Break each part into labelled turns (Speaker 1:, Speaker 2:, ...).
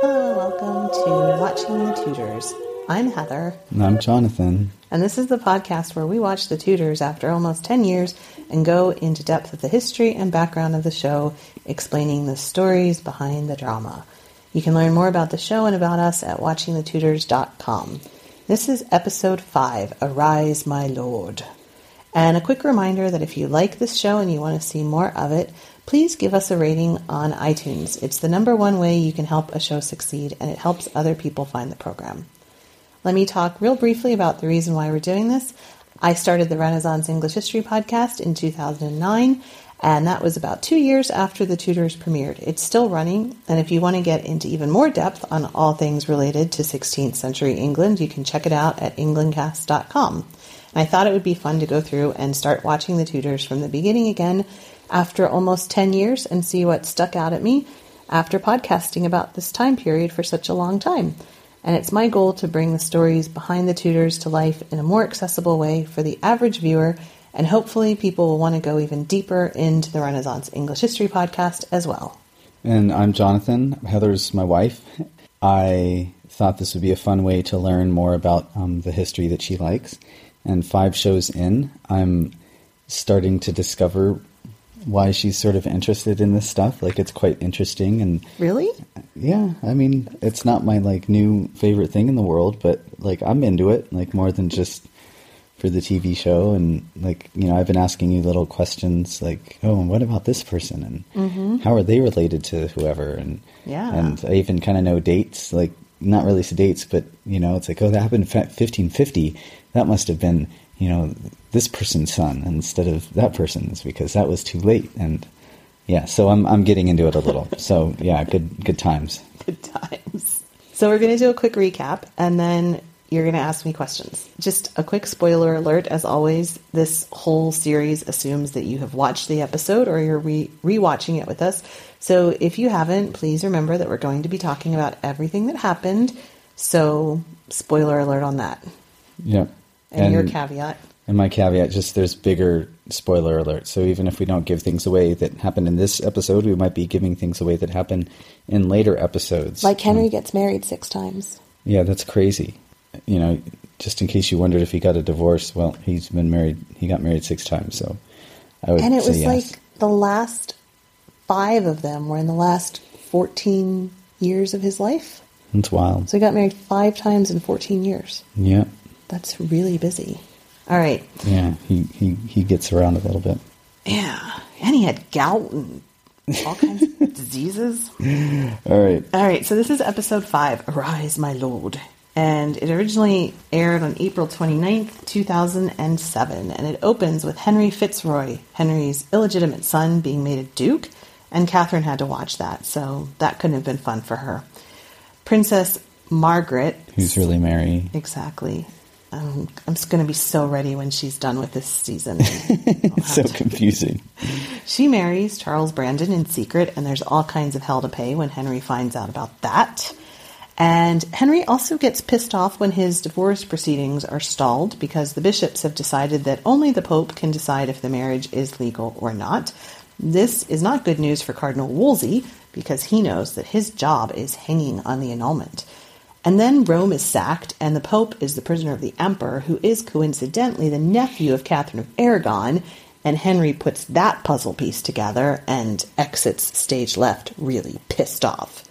Speaker 1: Hello and welcome to Watching the Tudors. I'm Heather,
Speaker 2: And I'm Jonathan.
Speaker 1: and this is the podcast where we watch The Tudors after almost 10 years and go into depth of the history and background of the show, explaining the stories behind the drama. You can learn more about the show and about us at watchingthetudors.com. This is episode 5 Arise, My Lord. And a quick reminder that if you like this show and you want to see more of it, please give us a rating on iTunes. It's the number one way you can help a show succeed, and it helps other people find the program. Let me talk real briefly about the reason why we're doing this. I started the Renaissance English History podcast in 2009, and that was about two years after The Tudors premiered. It's still running, and if you want to get into even more depth on all things related to 16th century England, you can check it out at englandcast.com. I thought it would be fun to go through and start watching The Tudors from the beginning again after almost 10 years and see what stuck out at me after podcasting about this time period for such a long time. And it's my goal to bring the stories behind the Tudors to life in a more accessible way for the average viewer, and hopefully, people will want to go even deeper into the Renaissance English History podcast as well.
Speaker 2: And I'm Jonathan. Heather's my wife. I thought this would be a fun way to learn more about um, the history that she likes. And five shows in, I'm starting to discover why she's sort of interested in this stuff. Like, it's quite interesting. And
Speaker 1: Really?
Speaker 2: yeah, I mean, it's not my like new favorite thing in the world, but like I'm into it, like more than just for the TV show. And like, you know, I've been asking you little questions like, oh, and what about this person? And how are they related to whoever? And
Speaker 1: Mm-hmm. Yeah.
Speaker 2: and I even kind of know dates, like not really dates, but you know, it's like, oh, that happened in fa- 1550. That must have been, you know, this person's son instead of that person's because that was too late. And yeah, so I'm I'm getting into it a little. So yeah, good good times.
Speaker 1: Good times. So, we're going to do a quick recap and then you're going to ask me questions. Just a quick spoiler alert as always, this whole series assumes that you have watched the episode or you're re- rewatching it with us. So, if you haven't, please remember that we're going to be talking about everything that happened. So, spoiler alert on that.
Speaker 2: Yeah.
Speaker 1: And, your caveat.
Speaker 2: and my caveat just there's bigger spoiler alert. So even if we don't give things away that happen in this episode, we might be giving things away that happen in later episodes.
Speaker 3: Like Henry gets married six times.
Speaker 2: Yeah, that's crazy. You know, just in case you wondered if he got a divorce, well, he's been married. He got married six times, so I would
Speaker 3: And it
Speaker 2: say
Speaker 3: was
Speaker 2: yes.
Speaker 3: like the last five of them were in the last 14 years of his life.
Speaker 2: it's wild.
Speaker 3: So he got married five times in 14 years.
Speaker 2: yeah,
Speaker 3: That's really busy.
Speaker 1: All right.
Speaker 2: yeah. He he he gets around a little bit.
Speaker 1: Yeah. And he had gout and all kinds of diseases.
Speaker 2: All right.
Speaker 1: All right, so this is episode 5, Arise, My Lord. And it originally aired on April 29th, 2007, and it opens with Henry Fitzroy, Henry's illegitimate son, being made a duke, and Catherine had to watch that, so that couldn't have been fun for her. Princess Margaret.
Speaker 2: Who's really Mary?
Speaker 1: Exactly. Um, I'm just going to be so ready when she's done with this season.
Speaker 2: It's so confusing.
Speaker 1: She marries Charles Brandon in secret, and there's all kinds of hell to pay when Henry finds out about that. And Henry also gets pissed off when his divorce proceedings are stalled because the bishops have decided that only the Pope can decide if the marriage is legal or not. This is not good news for Cardinal Wolsey because he knows that his job is hanging on the annulment. And then Rome is sacked, and the Pope is the prisoner of the Emperor, who is coincidentally the nephew of Catherine of Aragon. And Henry puts that puzzle piece together and exits stage left, really pissed off.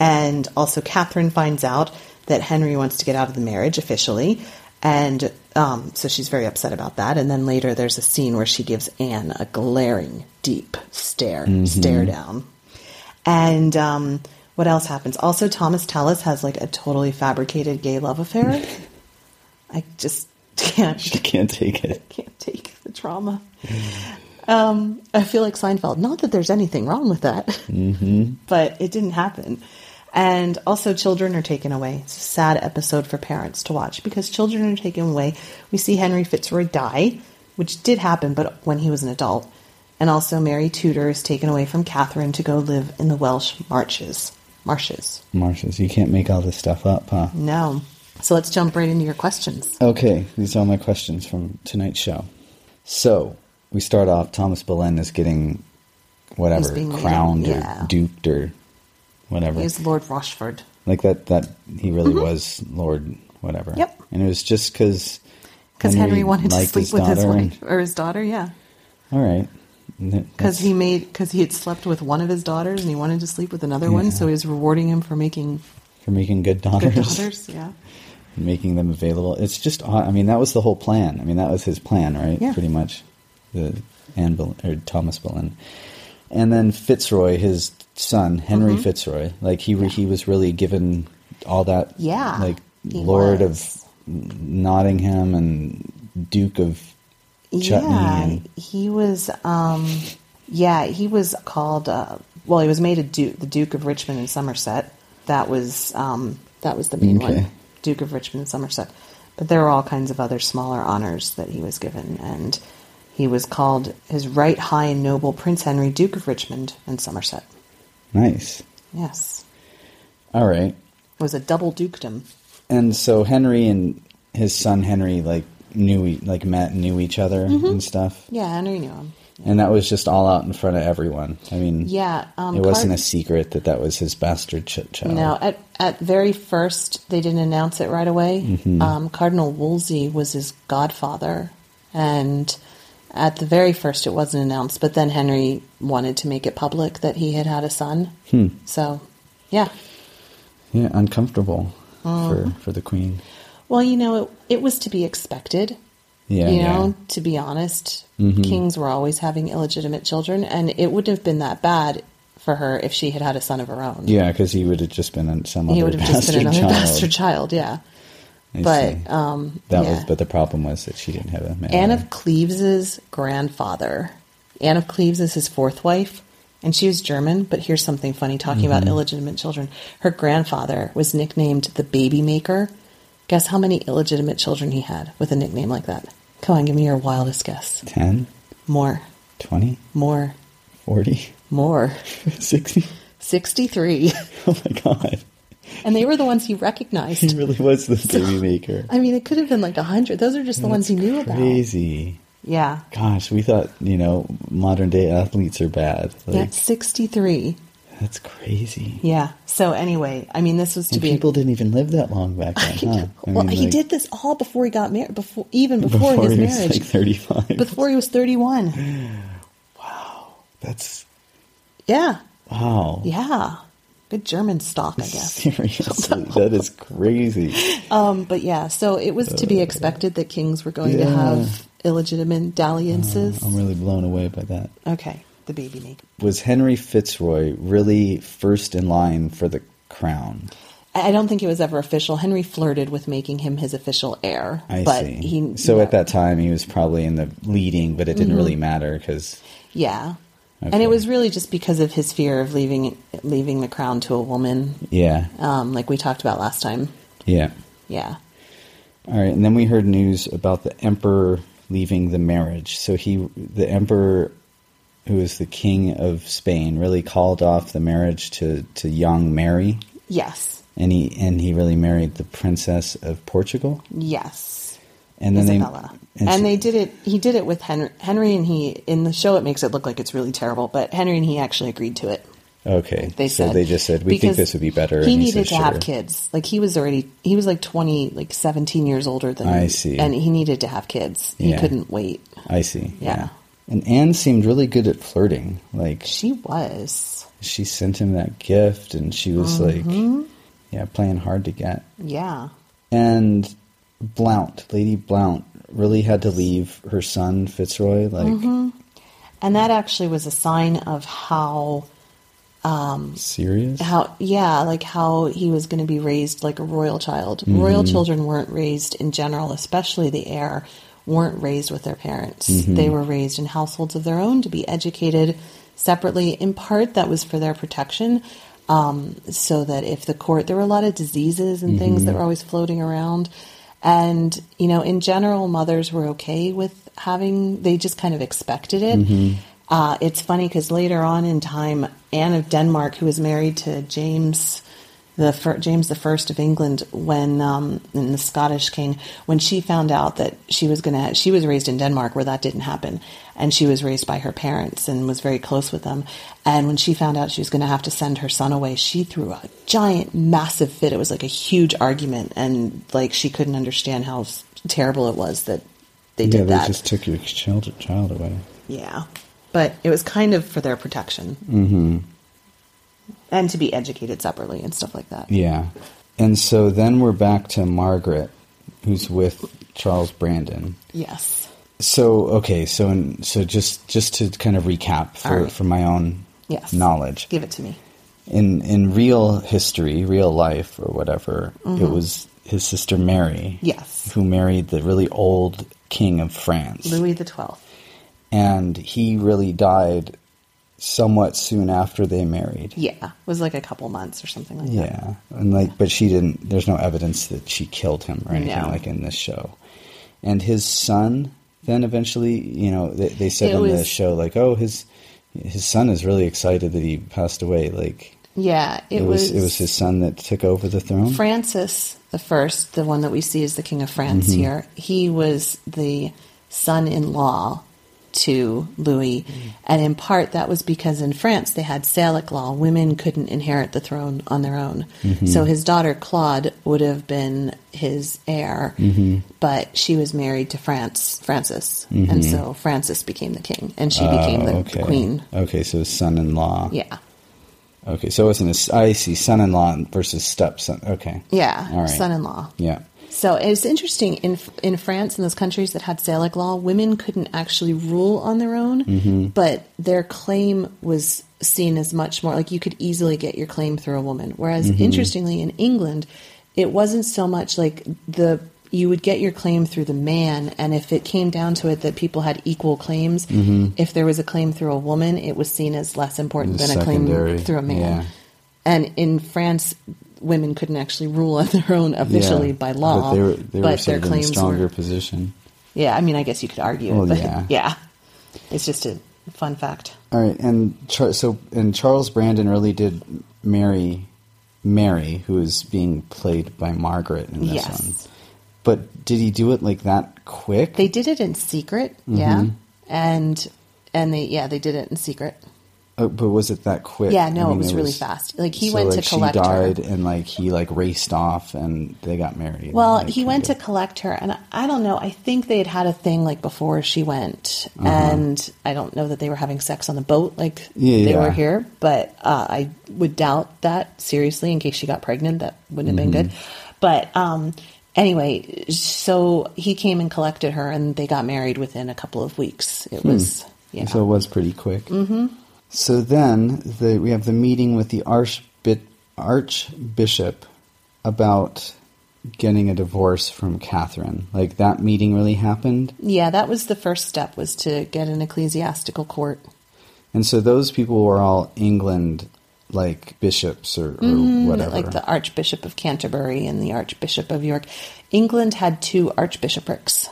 Speaker 1: And also, Catherine finds out that Henry wants to get out of the marriage officially. And um, so she's very upset about that. And then later, there's a scene where she gives Anne a glaring, deep stare, stare down. And um, what else happens? Also, Thomas Tallis has like a totally fabricated gay love affair. I just
Speaker 2: She can't take it.
Speaker 1: can't take the trauma. Um, I feel like Seinfeld. Not that there's anything wrong with that, but it didn't happen. And also, children are taken away. It's a sad episode for parents to watch because children are taken away. We see Henry Fitzroy die, which did happen, but when he was an adult. And also, Mary Tudor is taken away from Catherine to go live in the Welsh marches. Marshes.
Speaker 2: Marshes, you can't make all this stuff up, huh?
Speaker 1: No. So let's jump right into your questions.
Speaker 2: Okay, these are my questions from tonight's show. So we start off. Thomas Boleyn is getting whatever
Speaker 1: He's being made-
Speaker 2: crowned
Speaker 1: yeah.
Speaker 2: or duked or whatever.
Speaker 1: Here's Lord Rochford.
Speaker 2: like that. That he really was Lord whatever.
Speaker 1: Mm-hmm. Yep.
Speaker 2: And it was just because
Speaker 1: Because Henry, wanted to
Speaker 2: liked
Speaker 1: sleep with his
Speaker 2: daughter and-
Speaker 1: wife or his daughter, yeah.
Speaker 2: all right. And that-
Speaker 1: Because
Speaker 2: that's-
Speaker 1: he made because he had slept with one of his daughters and he wanted to sleep with another one, so he was rewarding him for making
Speaker 2: for making good daughters,
Speaker 1: good daughters. Yeah,
Speaker 2: and making them available. It's just. aw- I mean, that was the whole plan. I mean, that was his plan, right?
Speaker 1: Yeah.
Speaker 2: Pretty much. The Anne Boleyn, or Thomas Boleyn, and then Fitzroy, his son Henry
Speaker 1: Mm-hmm.
Speaker 2: Fitzroy. Like he re- he was really given all that.
Speaker 1: Yeah,
Speaker 2: Like
Speaker 1: he
Speaker 2: Lord
Speaker 1: was.
Speaker 2: of Nottingham and Duke of Chutney.
Speaker 1: yeah.
Speaker 2: And,
Speaker 1: He was, um, yeah, he was called. Uh, well, he was made a duke, the Duke of Richmond and Somerset. That was um, that was the main
Speaker 2: Okay.
Speaker 1: one, Duke of Richmond and Somerset. But there were all kinds of other smaller honors that he was given, and he was called his right high and noble Prince Henry, Duke of Richmond and Somerset.
Speaker 2: nice.
Speaker 1: Yes,
Speaker 2: All right.
Speaker 1: was a double dukedom.
Speaker 2: and so Henry and his son Henry like knew e- like met and knew each other
Speaker 1: Mm-hmm.
Speaker 2: and stuff,
Speaker 1: Yeah, Henry knew him.
Speaker 2: and that was just all out in front of everyone. I mean,
Speaker 1: Yeah, um,
Speaker 2: it wasn't
Speaker 1: Clark-
Speaker 2: a secret that that was his bastard ch- child.
Speaker 1: No, at at very first they didn't announce it right away.
Speaker 2: Mm-hmm.
Speaker 1: Um, Cardinal Wolsey was his godfather, and at the very first it wasn't announced. But then Henry wanted to make it public that he had had a son.
Speaker 2: Hmm.
Speaker 1: So, yeah.
Speaker 2: yeah, uncomfortable
Speaker 1: Mm.
Speaker 2: for for the queen.
Speaker 1: Well, you know, it, it was to be expected.
Speaker 2: Yeah,
Speaker 1: you
Speaker 2: yeah. Mm-hmm.
Speaker 1: know, to be honest, kings were always having illegitimate children, and it wouldn't have been that bad for her if she had had a son of her own.
Speaker 2: yeah, because he would have just been in some
Speaker 1: he
Speaker 2: other
Speaker 1: would have just
Speaker 2: bastard
Speaker 1: been another
Speaker 2: child.
Speaker 1: bastard child, yeah.
Speaker 2: I see.
Speaker 1: But um,
Speaker 2: that
Speaker 1: yeah.
Speaker 2: was, but the problem was that she didn't have a man.
Speaker 1: Anne of Cleves's grandfather. Anne of Cleves is his fourth wife, and she was German. But here's something funny: talking about
Speaker 2: Mm-hmm.
Speaker 1: illegitimate children, her grandfather was nicknamed the Baby Maker. Guess how many illegitimate children he had with a nickname like that? Come on, give me your wildest guess.
Speaker 2: 10,
Speaker 1: More,
Speaker 2: 20,
Speaker 1: more,
Speaker 2: 40,
Speaker 1: more.
Speaker 2: 60.
Speaker 1: Sixty-three,
Speaker 2: Oh my god.
Speaker 1: and they were the ones he
Speaker 2: He
Speaker 1: recognized.
Speaker 2: really was the baby maker.
Speaker 1: I mean, it could have been like a hundred. Those are just the ones he knew about.
Speaker 2: Crazy.
Speaker 1: Yeah,
Speaker 2: Gosh, we thought, you know, modern day athletes are bad.
Speaker 1: yeah,
Speaker 2: Like,
Speaker 1: sixty-three.
Speaker 2: That's crazy.
Speaker 1: Yeah. So anyway, I mean, this was to
Speaker 2: And
Speaker 1: be
Speaker 2: people didn't even live that long back then, huh? I
Speaker 1: well,
Speaker 2: mean,
Speaker 1: he
Speaker 2: like,
Speaker 1: did this all before he got married, before even before, his
Speaker 2: he was
Speaker 1: marriage,
Speaker 2: like 35.
Speaker 1: before he was thirty-one.
Speaker 2: That's,
Speaker 1: Yeah,
Speaker 2: wow.
Speaker 1: yeah, good German stock, I guess.
Speaker 2: Seriously, that is crazy.
Speaker 1: Um, but yeah, so it was to be expected that kings were going to
Speaker 2: Uh, yeah. Uh,
Speaker 1: have illegitimate dalliances.
Speaker 2: I'm really blown away by that.
Speaker 1: okay, the baby name.
Speaker 2: Was Henry Fitzroy really first in line for the crown?
Speaker 1: I I don't think it was ever official. Henry flirted with making him his official heir,
Speaker 2: I
Speaker 1: but
Speaker 2: see.
Speaker 1: he Mm-hmm.
Speaker 2: so
Speaker 1: no.
Speaker 2: at that time, he was probably in the leading, but it didn't really matter because
Speaker 1: yeah. And
Speaker 2: Okay.
Speaker 1: it was really just because of his fear of leaving leaving the crown to a woman,
Speaker 2: yeah,
Speaker 1: um, like we talked about last time.
Speaker 2: yeah.
Speaker 1: Yeah.
Speaker 2: All right, and then we heard news about the emperor leaving the marriage. So he, the emperor, who is the king of Spain, really called off the marriage to to young Mary,
Speaker 1: Yes.
Speaker 2: and he and he really married the princess of Portugal,
Speaker 1: Yes.
Speaker 2: and then
Speaker 1: Isabella.
Speaker 2: they
Speaker 1: and
Speaker 2: she-
Speaker 1: they did it. He did it with Henry. Henry and he in the show. It makes it look like it's really terrible, but Henry and he actually agreed to it.
Speaker 2: okay.
Speaker 1: They
Speaker 2: so
Speaker 1: said
Speaker 2: they just said we think
Speaker 1: because
Speaker 2: this would be better.
Speaker 1: He
Speaker 2: and
Speaker 1: needed
Speaker 2: said,
Speaker 1: to have
Speaker 2: "Sure."
Speaker 1: kids. Like he was already. He was like twenty, like seventeen years older than.
Speaker 2: I see.
Speaker 1: And he needed to have kids. He
Speaker 2: Yeah.
Speaker 1: couldn't wait.
Speaker 2: I see.
Speaker 1: Yeah.
Speaker 2: And Anne seemed really good at flirting. Like
Speaker 1: She was.
Speaker 2: she sent him that gift, and she was
Speaker 1: Mm-hmm.
Speaker 2: like, yeah, playing hard to get.
Speaker 1: Yeah.
Speaker 2: and Blount, Lady Blount, really had to leave her son
Speaker 1: Mm-hmm.
Speaker 2: Fitzroy. Like,
Speaker 1: And that actually was a sign of how
Speaker 2: Serious?
Speaker 1: how yeah like how he was going to be raised like a royal child royal children weren't raised in general especially the heir weren't raised with their parents they were raised in households of their own to be educated separately in part that was for their protection um, so that if the court there were a lot of diseases and things that were always floating around and you know in general mothers were okay with having they just kind of expected it uh, it's funny because later on in time, Anne of Denmark, who was married to James the fir- James the First of England, when um, and the Scottish king, when she found out that she was gonna, she was raised in Denmark where that didn't happen, and she was raised by her parents and was very close with them. And when she found out she was gonna have to send her son away, she threw a giant, massive fit. It was like a huge argument, and like she couldn't understand how s- terrible it was that they
Speaker 2: yeah,
Speaker 1: did
Speaker 2: they
Speaker 1: that.
Speaker 2: just took your child, child away.
Speaker 1: Yeah. But it was kind of for their protection. Mm-hmm. And to be educated separately and stuff like that.
Speaker 2: Yeah. And so then we're back to Margaret, who's with Charles Brandon.
Speaker 1: Yes.
Speaker 2: So okay, so in, so just just to kind of recap for,
Speaker 1: All right.
Speaker 2: for my own
Speaker 1: Yes.
Speaker 2: knowledge.
Speaker 1: Give it to me.
Speaker 2: in in real history, real life, or whatever, it was his sister Mary,
Speaker 1: Mm-hmm. Yes.
Speaker 2: who married the really old king of France,
Speaker 1: Louis the Twelfth.
Speaker 2: and he really died somewhat soon after they married.
Speaker 1: Yeah. It was like a couple months or something like that.
Speaker 2: Yeah, and like, but she didn't. There's no evidence that she killed him or anything
Speaker 1: No.
Speaker 2: like in this show. And his son, then eventually, you know, they, they said
Speaker 1: It
Speaker 2: on the
Speaker 1: was-
Speaker 2: show like, oh, his his son is really excited that he passed away. Like,
Speaker 1: Yeah. It,
Speaker 2: it, was, it was his son that took over the throne.
Speaker 1: Francis the First, the one that we see as the King of France
Speaker 2: Mm-hmm.
Speaker 1: here, he was the son in law to Louis.
Speaker 2: Mm.
Speaker 1: And in part, that was because in France they had Salic law. Women couldn't inherit the throne on their own.
Speaker 2: Mm-hmm.
Speaker 1: So his daughter Claude would have been his heir,
Speaker 2: Mm-hmm.
Speaker 1: but she was married to France, Francis. And so Francis became the king and she became the, the
Speaker 2: Oh, okay.
Speaker 1: queen.
Speaker 2: Okay, so his son-in-law.
Speaker 1: Yeah.
Speaker 2: Okay, so it wasn't his. I see, son-in-law versus stepson. Okay.
Speaker 1: Yeah.
Speaker 2: All right.
Speaker 1: Son in law.
Speaker 2: Yeah.
Speaker 1: So it's interesting in in France and those countries that had Salic law, women couldn't actually rule on their own,
Speaker 2: Mm-hmm.
Speaker 1: but their claim was seen as much more like you could easily get your claim through a woman. Whereas
Speaker 2: Mm-hmm.
Speaker 1: interestingly in England, it wasn't so much like the you would get your claim through the man and if it came down to it that people had equal claims,
Speaker 2: Mm-hmm.
Speaker 1: if there was a claim through a woman, it was seen as less important
Speaker 2: It was
Speaker 1: than a claim
Speaker 2: secondary,
Speaker 1: through a man.
Speaker 2: yeah.
Speaker 1: And in France, women couldn't actually rule on their own officially
Speaker 2: Yeah,
Speaker 1: by law,
Speaker 2: But they were, they were
Speaker 1: but
Speaker 2: sort
Speaker 1: their
Speaker 2: of in a
Speaker 1: claims
Speaker 2: stronger
Speaker 1: were.
Speaker 2: position.
Speaker 1: Yeah, I mean, I guess you could argue,
Speaker 2: Well,
Speaker 1: it, but
Speaker 2: yeah.
Speaker 1: yeah. it's just a fun fact.
Speaker 2: All right, and Char- so and Charles Brandon really did marry Mary, who is being played by Margaret in this
Speaker 1: Yes.
Speaker 2: one. But did he do it like that quick?
Speaker 1: They did it in secret,
Speaker 2: Mm-hmm.
Speaker 1: yeah, and and they yeah they did it in secret.
Speaker 2: Uh, but was it that quick?
Speaker 1: Yeah, no, it was really fast. Like, he went to collect
Speaker 2: She
Speaker 1: her.
Speaker 2: died, and like he like raced off, and they got married.
Speaker 1: Well,
Speaker 2: like,
Speaker 1: he
Speaker 2: kind
Speaker 1: went
Speaker 2: of.
Speaker 1: to collect her, and I, I don't know. I think they had had a thing like before she went,
Speaker 2: Uh-huh.
Speaker 1: and I don't know that they were having sex on the boat like
Speaker 2: Yeah,
Speaker 1: they
Speaker 2: yeah.
Speaker 1: were here. But uh, I would doubt that seriously. In case she got pregnant, that wouldn't have been good.
Speaker 2: Mm-hmm.
Speaker 1: But um, anyway, so he came and collected her, and they got married within a couple of weeks. It was yeah,
Speaker 2: Hmm. So it was pretty quick. Mm-hmm. So then the, we have the meeting with the archbit, archbishop about getting a divorce from Catherine. Like that meeting really happened,
Speaker 1: yeah. That was the first step was to get an ecclesiastical court.
Speaker 2: and so those people were all England like bishops or, or whatever.
Speaker 1: Mm-hmm. like the Archbishop of Canterbury and the Archbishop of York. England had two archbishoprics,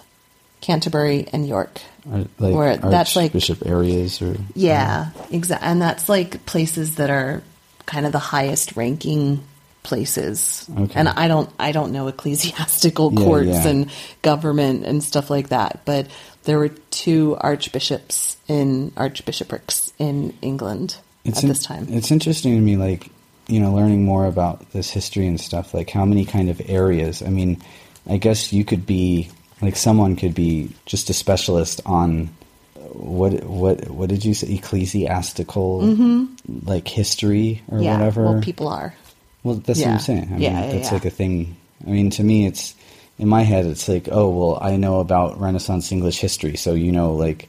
Speaker 1: Canterbury and York.
Speaker 2: Ar- like
Speaker 1: where that's like-
Speaker 2: archbishop areas or
Speaker 1: Yeah, exactly. And that's like places that are kind of the highest ranking places.
Speaker 2: Okay.
Speaker 1: And I don't I don't know ecclesiastical
Speaker 2: Yeah,
Speaker 1: courts
Speaker 2: yeah.
Speaker 1: and government and stuff like that, but there were two archbishops in archbishoprics in England at
Speaker 2: in-
Speaker 1: this time.
Speaker 2: It's interesting to me, like you know, learning more about this history and stuff. Like how many kind of areas? I mean, I guess you could be like someone could be just a specialist on uh, what what what did you say ecclesiastical like history or
Speaker 1: Mm-hmm. yeah,
Speaker 2: whatever.
Speaker 1: well people are.
Speaker 2: Well, that's what
Speaker 1: Yeah.
Speaker 2: I'm saying. I
Speaker 1: Yeah,
Speaker 2: mean,
Speaker 1: yeah,
Speaker 2: that's
Speaker 1: yeah.
Speaker 2: like a thing. I mean, to me, it's in my head. It's like, oh, well, I know about Renaissance English history, so you know, like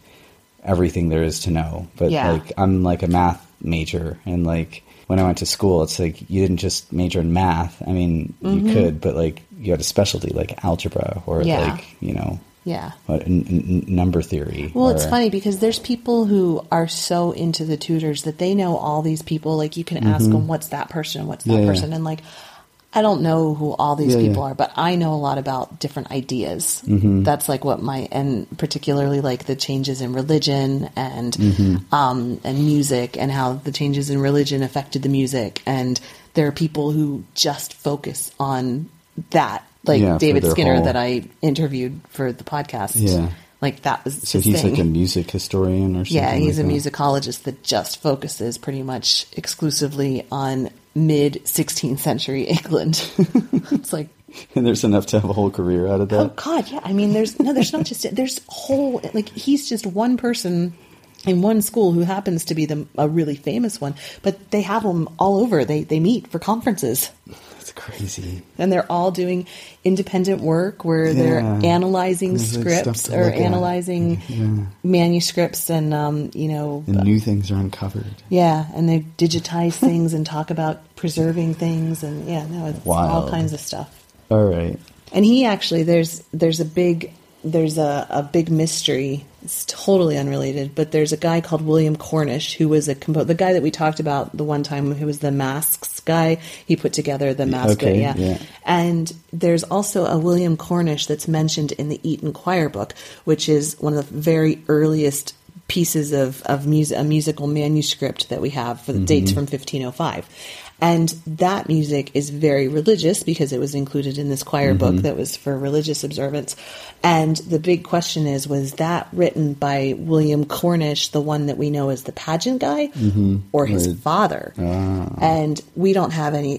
Speaker 2: everything there is to know. But
Speaker 1: Yeah.
Speaker 2: like, I'm like a math major, and like, when I went to school, it's like you didn't just major in math. I mean, you could, but like you had a specialty like algebra or
Speaker 1: Mm-hmm. Yeah.
Speaker 2: like you know
Speaker 1: Yeah.
Speaker 2: what, n- n- n- number theory.
Speaker 1: Well, it's
Speaker 2: or-
Speaker 1: funny because there's people who are so into the tutors that they know all these people. Like you can ask them, "What's that person? What's that
Speaker 2: Mm-hmm. Yeah, yeah.
Speaker 1: person?" And like, I don't know who all these
Speaker 2: Yeah,
Speaker 1: people
Speaker 2: yeah. Mm-hmm.
Speaker 1: are, but I know a lot about different ideas. That's like what my and particularly like the changes in religion and
Speaker 2: Mm-hmm.
Speaker 1: um, and music and how the changes in religion affected the music. And there are people who just focus on that, like
Speaker 2: Yeah, for
Speaker 1: David
Speaker 2: their
Speaker 1: Skinner
Speaker 2: whole-
Speaker 1: that I interviewed for the podcast.
Speaker 2: Yeah.
Speaker 1: Like that was
Speaker 2: So
Speaker 1: his
Speaker 2: he's
Speaker 1: thing.
Speaker 2: like a music historian or something.
Speaker 1: Yeah, he's
Speaker 2: like
Speaker 1: a
Speaker 2: that.
Speaker 1: musicologist that just focuses pretty much exclusively on mid 16th century England. it's like,
Speaker 2: And there's enough to have a whole career out of that.
Speaker 1: oh God, yeah. I mean, there's no, there's not just there's whole like he's just one person in one school who happens to be the a really famous one, but they have them all over. They they meet for conferences.
Speaker 2: That's crazy.
Speaker 1: and they're all doing independent work where
Speaker 2: Yeah.
Speaker 1: they're analyzing
Speaker 2: There's, like, stuff
Speaker 1: scripts
Speaker 2: to
Speaker 1: or
Speaker 2: look at.
Speaker 1: analyzing
Speaker 2: Yeah.
Speaker 1: manuscripts and um, you know
Speaker 2: And new things are uncovered.
Speaker 1: yeah and they digitize things and talk about preserving things and yeah no it's all
Speaker 2: Wild.
Speaker 1: kinds of stuff
Speaker 2: All right.
Speaker 1: and he actually there's there's a big there's a, a big mystery. It's totally unrelated, but there's a guy called William Cornish who was a compo- the guy that we talked about the one time who was the masks guy. He put together the mask,
Speaker 2: okay,
Speaker 1: yeah.
Speaker 2: yeah.
Speaker 1: And there's also a William Cornish that's mentioned in the Eton Choir book, which is one of the very earliest pieces of of mus- a musical manuscript that we have for the dates from 1505. And that music is very religious because it was included in this choir book that was for religious observance. And the big question is was that written by William Cornish, the one that we know as the pageant guy, or his
Speaker 2: Right.
Speaker 1: father?
Speaker 2: Um,
Speaker 1: And we don't have any,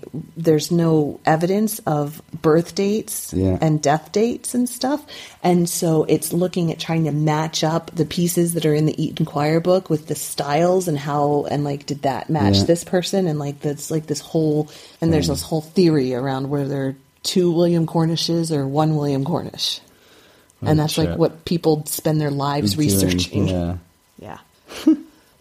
Speaker 1: there's no evidence of birth dates
Speaker 2: Yeah.
Speaker 1: and death dates and stuff. And so it's looking at trying to match up the pieces that are in the Eaton Choir book with the styles and how, and like, did that match
Speaker 2: Yeah.
Speaker 1: this person? And like, that's like this whole, and there's this whole theory around where there are two William Cornishes or one William Cornish. and that's like
Speaker 2: Oh, shit.
Speaker 1: what people spend their lives
Speaker 2: Doing-
Speaker 1: researching.
Speaker 2: yeah.
Speaker 1: yeah.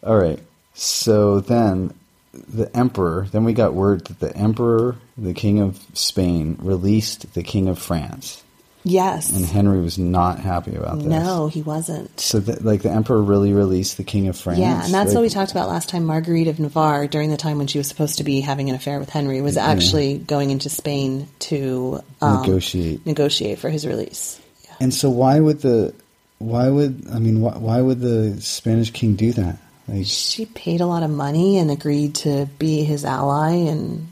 Speaker 2: All right. So then the emperor, then we got word that the emperor, the king of Spain, released the king of France.
Speaker 1: Yes.
Speaker 2: And Henry was not happy about this.
Speaker 1: no, he wasn't.
Speaker 2: So, the, like, the emperor really released the king of France?
Speaker 1: Yeah, and that's
Speaker 2: Like,
Speaker 1: what we talked about last time. Marguerite of Navarre, during the time when she was supposed to be having an affair with Henry, was actually going into Spain to um,
Speaker 2: Negotiate.
Speaker 1: negotiate for his release.
Speaker 2: And so, why would the, why would, I mean, why, why would the Spanish king do that? Like,
Speaker 1: She paid a lot of money and agreed to be his ally, and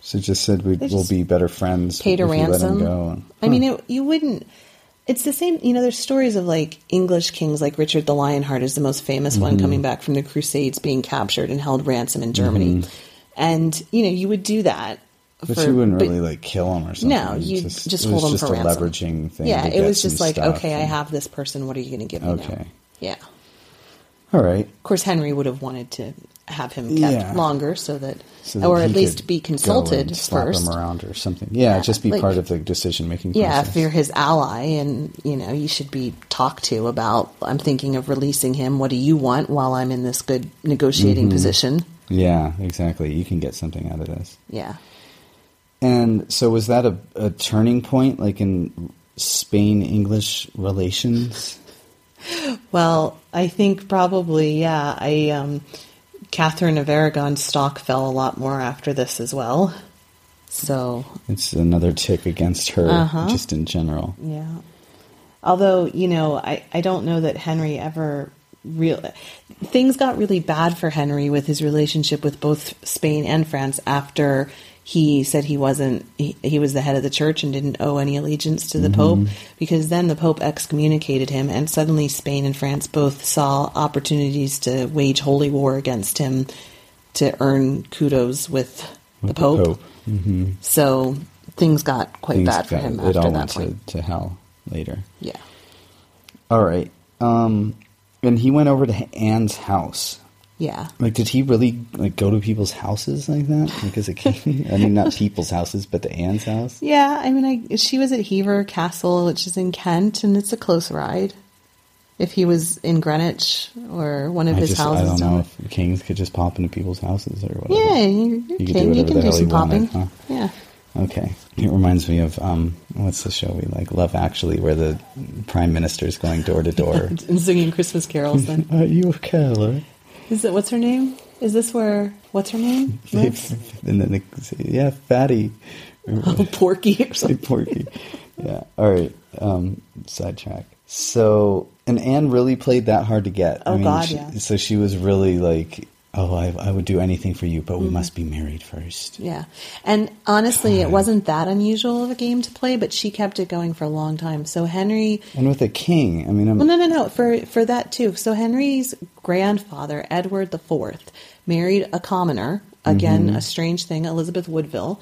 Speaker 2: so just said we,
Speaker 1: They
Speaker 2: we'll
Speaker 1: just
Speaker 2: be better friends
Speaker 1: paid a
Speaker 2: if you let him
Speaker 1: ransom.
Speaker 2: go. And-
Speaker 1: I mean, it, you wouldn't. It's the same, you know. There's stories of like English kings, like Richard the Lionheart is the most famous
Speaker 2: Mm-hmm.
Speaker 1: one, coming back from the Crusades, being captured and held ransom in Germany, and you know you would do that.
Speaker 2: Mm-hmm. But
Speaker 1: for-
Speaker 2: you wouldn't
Speaker 1: but-
Speaker 2: really like kill him or something.
Speaker 1: No, you just,
Speaker 2: it
Speaker 1: hold
Speaker 2: was
Speaker 1: them
Speaker 2: just
Speaker 1: for
Speaker 2: a
Speaker 1: ransom.
Speaker 2: leveraging thing.
Speaker 1: Yeah,
Speaker 2: to
Speaker 1: it
Speaker 2: get
Speaker 1: was just
Speaker 2: some
Speaker 1: like,
Speaker 2: stuff
Speaker 1: okay, I
Speaker 2: and-
Speaker 1: have this person. What are you going to give me now?
Speaker 2: Okay.
Speaker 1: Yeah.
Speaker 2: All right.
Speaker 1: Of course, Henry would have wanted to have him kept
Speaker 2: Yeah.
Speaker 1: longer so that,
Speaker 2: So that
Speaker 1: or
Speaker 2: he
Speaker 1: at least
Speaker 2: could
Speaker 1: be
Speaker 2: go
Speaker 1: consulted
Speaker 2: and slap
Speaker 1: first.
Speaker 2: him around or something. Yeah,
Speaker 1: Yeah,
Speaker 2: just be
Speaker 1: like-
Speaker 2: part of the decision making.
Speaker 1: Yeah,
Speaker 2: process.
Speaker 1: if you're his ally and, you know, you should be talked to about, I'm thinking of releasing him. What do you want while I'm in this good negotiating
Speaker 2: Mm-hmm.
Speaker 1: position?
Speaker 2: Yeah, exactly. You can get something out of this.
Speaker 1: Yeah.
Speaker 2: And so, was that a, a turning point, like in Spain English relations?
Speaker 1: Well, I think probably, yeah. I, um, Catherine of Aragon's stock fell a lot more after this as well. So,
Speaker 2: It's another tick against her,
Speaker 1: Uh-huh.
Speaker 2: just in general.
Speaker 1: yeah. Although, you know, I, I don't know that Henry ever real things got really bad for Henry with his relationship with both Spain and France after he said he wasn't he, he was the head of the church and didn't owe any allegiance to the
Speaker 2: Mm-hmm.
Speaker 1: pope because then the pope excommunicated him and suddenly Spain and France both saw opportunities to wage holy war against him to earn kudos with the pope. So things got quite
Speaker 2: Mm-hmm. Things
Speaker 1: bad for
Speaker 2: got-
Speaker 1: him
Speaker 2: it
Speaker 1: after
Speaker 2: all
Speaker 1: that
Speaker 2: went
Speaker 1: point.
Speaker 2: To, to hell later.
Speaker 1: Yeah.
Speaker 2: All right. Um, and he went over to Anne's house.
Speaker 1: Yeah.
Speaker 2: Like, did he really like go to people's houses like that? Like as a king? I mean, not people's houses, but to Anne's house.
Speaker 1: Yeah, I mean, I, she was at Hever Castle, which is in Kent, and it's a close ride. If he was in Greenwich or one of
Speaker 2: I
Speaker 1: his
Speaker 2: just
Speaker 1: houses.
Speaker 2: I don't
Speaker 1: down
Speaker 2: know
Speaker 1: there.
Speaker 2: if kings could just pop into people's houses or whatever.
Speaker 1: Yeah, you, you
Speaker 2: You could do
Speaker 1: can.
Speaker 2: whatever
Speaker 1: You
Speaker 2: the
Speaker 1: can do
Speaker 2: hell
Speaker 1: some
Speaker 2: you wanted,
Speaker 1: popping.
Speaker 2: huh?
Speaker 1: Yeah.
Speaker 2: Okay. It reminds me of um, what's the show we like? Love Actually, where the prime minister is going door to door.
Speaker 1: And singing Christmas carols then.
Speaker 2: Are you a caller?
Speaker 1: Is it what's her name? Is this where what's her name? lives?
Speaker 2: and then they say, yeah, fatty,
Speaker 1: oh, Porky or
Speaker 2: Say
Speaker 1: something.
Speaker 2: porky. yeah. All right. Um, sidetrack. So, and Anne really played that hard to get.
Speaker 1: Oh, God,
Speaker 2: she-
Speaker 1: yeah.
Speaker 2: So she was really like, oh, I, I would do anything for you, but we must be married first.
Speaker 1: Mm-hmm. Yeah. And honestly, it wasn't that unusual of a game to play, but she kept it going for a long time. So Henry
Speaker 2: And with a king, I mean, I'm,
Speaker 1: Well, no, no, no. For for that too. So Henry's grandfather, Edward the Fourth, married a commoner. Again, a strange thing, Elizabeth Woodville,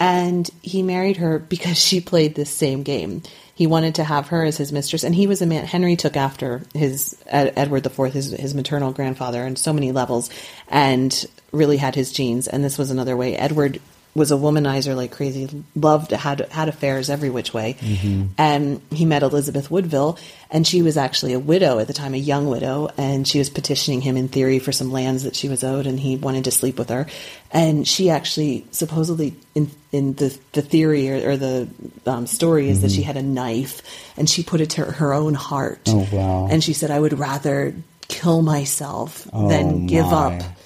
Speaker 1: and he married her because she played this same game. He wanted to have her as his mistress, and he was a man. Henry took after his Ed, Edward the Fourth, his his maternal grandfather, on so many levels, and really had his genes. And this was another way. Edward was a womanizer like crazy, loved had had affairs every which way,
Speaker 2: Mm-hmm.
Speaker 1: and he met Elizabeth Woodville, and she was actually a widow at the time, a young widow, and she was petitioning him in theory for some lands that she was owed, and he wanted to sleep with her, and she actually supposedly in in the the theory or, or the um, story is that she had a knife, and she put it to her own heart,
Speaker 2: Mm-hmm. Oh, wow.
Speaker 1: and she said, I would rather kill myself than
Speaker 2: Oh,
Speaker 1: give
Speaker 2: my. Uh-huh.
Speaker 1: up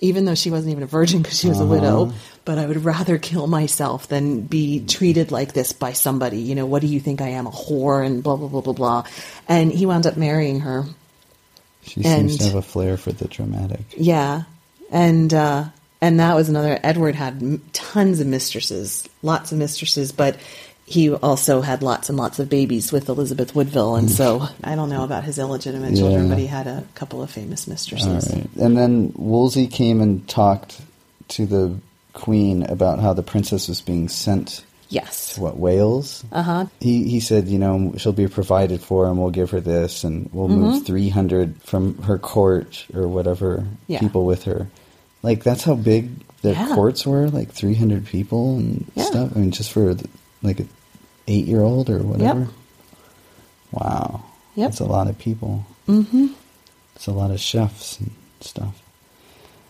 Speaker 1: even though she wasn't even a virgin because she was a widow, but I would rather kill myself than be treated like this by somebody. You know, what do you think I am, a whore? And blah, blah, blah, blah, blah. And he wound up marrying her.
Speaker 2: she
Speaker 1: and-
Speaker 2: seems to have a flair for the dramatic.
Speaker 1: Yeah. And, uh, and that was another, Edward had m- tons of mistresses, lots of mistresses, but he also had lots and lots of babies with Elizabeth Woodville. And so I don't know about his illegitimate children,
Speaker 2: Yeah.
Speaker 1: but he had a couple of famous
Speaker 2: All
Speaker 1: mistresses.
Speaker 2: right. And then Wolsey came and talked to the queen about how the princess was being sent
Speaker 1: Yes.
Speaker 2: what Wales? Uh
Speaker 1: Uh-huh.
Speaker 2: huh. He he said, you know, she'll be provided for, and we'll give her this, and we'll
Speaker 1: Mm-hmm.
Speaker 2: move three hundred from her court or whatever
Speaker 1: Yeah.
Speaker 2: people with her. Like that's how big their
Speaker 1: Yeah.
Speaker 2: courts were, like three hundred people and
Speaker 1: Yeah.
Speaker 2: stuff. I mean, just for the, like an eight year old or whatever. Wow.
Speaker 1: Yep.
Speaker 2: That's a lot of people. Mm-hmm. It's a lot of chefs and stuff.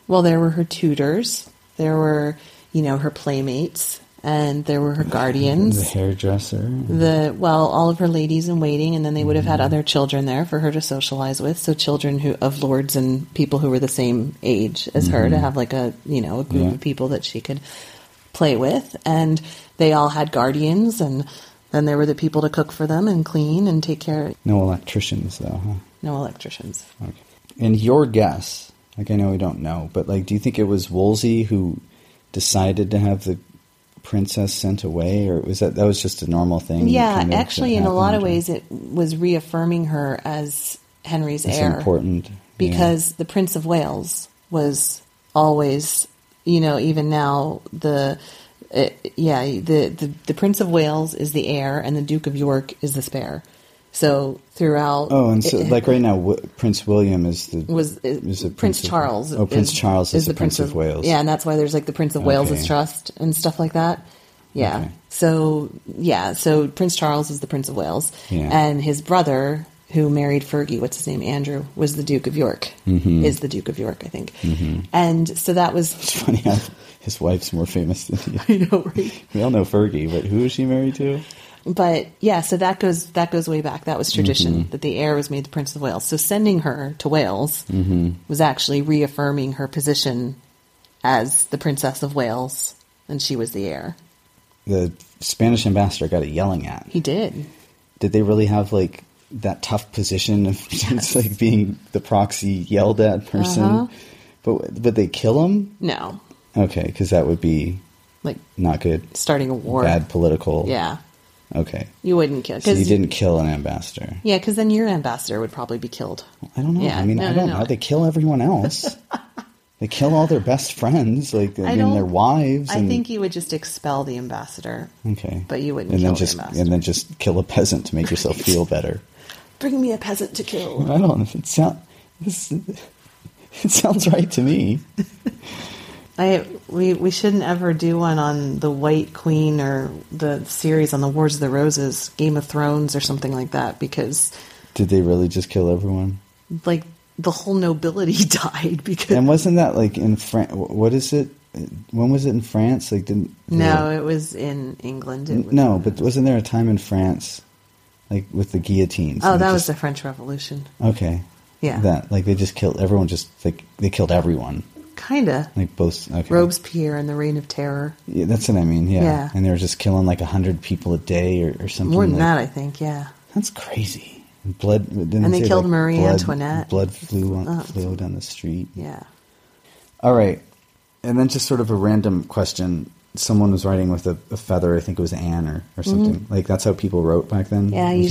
Speaker 1: Well, there were her tutors, there were, you know, her playmates, and there were her
Speaker 2: the
Speaker 1: guardians.
Speaker 2: hairdresser.
Speaker 1: The well, all of her ladies in waiting, and then they would have had other children there for her to socialize with. So children who of lords and people who were the same age as her to have like a you know a group
Speaker 2: Yeah.
Speaker 1: of people that she could play with, and they all had guardians, and then there were the people to cook for them and clean and take care.
Speaker 2: no electricians though, huh?
Speaker 1: No electricians.
Speaker 2: Okay. And your guess, like I know we don't know, but like, do you think it was Wolsey who decided to have the princess sent away, or was that that was just a normal thing?
Speaker 1: Yeah,
Speaker 2: kind of
Speaker 1: actually,
Speaker 2: that
Speaker 1: in a lot of
Speaker 2: happened?
Speaker 1: ways, it was reaffirming her as Henry's
Speaker 2: It's
Speaker 1: heir.
Speaker 2: important yeah.
Speaker 1: because the Prince of Wales was always, you know, even now the. Uh, yeah, the, the the Prince of Wales is the heir, and the Duke of York is the spare. So throughout,
Speaker 2: Oh, and so
Speaker 1: it-
Speaker 2: like right now, w- Prince William is the
Speaker 1: was uh,
Speaker 2: the
Speaker 1: Prince
Speaker 2: of-
Speaker 1: Charles.
Speaker 2: Oh, Prince
Speaker 1: is-
Speaker 2: Charles is, the, Prince, of, Wales.
Speaker 1: Yeah, and that's why there's like the Prince of Wales'
Speaker 2: Okay.
Speaker 1: Trust and stuff like that. Yeah.
Speaker 2: Okay.
Speaker 1: So yeah, so Prince Charles is the Prince of Wales,
Speaker 2: Yeah.
Speaker 1: and his brother, who married Fergie, what's his name, Andrew, was the Duke of York.
Speaker 2: Mm-hmm.
Speaker 1: Is the Duke of York, I think. And so that was,
Speaker 2: It's funny how his wife's more famous than he.
Speaker 1: you know, right?
Speaker 2: We all know Fergie, but who is she married to?
Speaker 1: but yeah, so that goes that goes way back. That was tradition
Speaker 2: Mm-hmm.
Speaker 1: that the heir was made the Prince of Wales. So sending her to Wales
Speaker 2: Mm-hmm.
Speaker 1: was actually reaffirming her position as the Princess of Wales, and she was the heir.
Speaker 2: The Spanish ambassador got a yelling at.
Speaker 1: He did.
Speaker 2: did they really have like that tough position of it's like being the proxy yelled at person?
Speaker 1: Uh-huh.
Speaker 2: But would they kill him?
Speaker 1: No,
Speaker 2: Okay, because that would be
Speaker 1: like
Speaker 2: not good.
Speaker 1: starting a war.
Speaker 2: Bad political.
Speaker 1: Yeah,
Speaker 2: Okay.
Speaker 1: you wouldn't kill
Speaker 2: So
Speaker 1: because
Speaker 2: you didn't kill an ambassador.
Speaker 1: Yeah, because then your ambassador would probably be killed.
Speaker 2: I don't know.
Speaker 1: Yeah,
Speaker 2: I mean,
Speaker 1: no,
Speaker 2: I
Speaker 1: no,
Speaker 2: don't
Speaker 1: no.
Speaker 2: know. They kill everyone else. they kill all their best friends, like I, mean, their wives.
Speaker 1: I
Speaker 2: and,
Speaker 1: think you would just expel the ambassador.
Speaker 2: Okay.
Speaker 1: but you wouldn't
Speaker 2: And
Speaker 1: kill
Speaker 2: then
Speaker 1: the
Speaker 2: just
Speaker 1: ambassador.
Speaker 2: and then just kill a peasant to make yourself feel better.
Speaker 1: Bring me a peasant to kill.
Speaker 2: I don't. know if It sound. This, it sounds right to me.
Speaker 1: I we we shouldn't ever do one on the White Queen or the series on the Wars of the Roses, Game of Thrones, or something like that because
Speaker 2: Did they really just kill everyone?
Speaker 1: Like the whole nobility died because
Speaker 2: And wasn't that like in France? What is it? When was it in France? Like didn't
Speaker 1: no, it was in England. It
Speaker 2: N-
Speaker 1: was
Speaker 2: no, but wasn't there a time in France, like with the guillotines?
Speaker 1: oh,
Speaker 2: and
Speaker 1: that
Speaker 2: it
Speaker 1: was the
Speaker 2: just-
Speaker 1: French Revolution.
Speaker 2: okay.
Speaker 1: Yeah.
Speaker 2: that like they just killed everyone. Just like they killed everyone.
Speaker 1: Kinda
Speaker 2: Like both okay.
Speaker 1: Robespierre and the Reign of Terror.
Speaker 2: Yeah, that's what I mean. Yeah.
Speaker 1: Yeah.
Speaker 2: and they were just killing like hundred people a day or, or something.
Speaker 1: More than
Speaker 2: like-
Speaker 1: that, I think. Yeah,
Speaker 2: That's crazy. Blood. didn't
Speaker 1: And they
Speaker 2: say,
Speaker 1: killed
Speaker 2: like,
Speaker 1: Marie
Speaker 2: blood-
Speaker 1: Antoinette.
Speaker 2: Blood flew on,
Speaker 1: Uh,
Speaker 2: flew down the street.
Speaker 1: yeah.
Speaker 2: All right. And then just sort of a random question. Someone was writing with a, a feather. I think it was Anne or, or something. Like that's how people wrote back then.
Speaker 1: Mm-hmm. Yeah,
Speaker 2: It was
Speaker 1: you-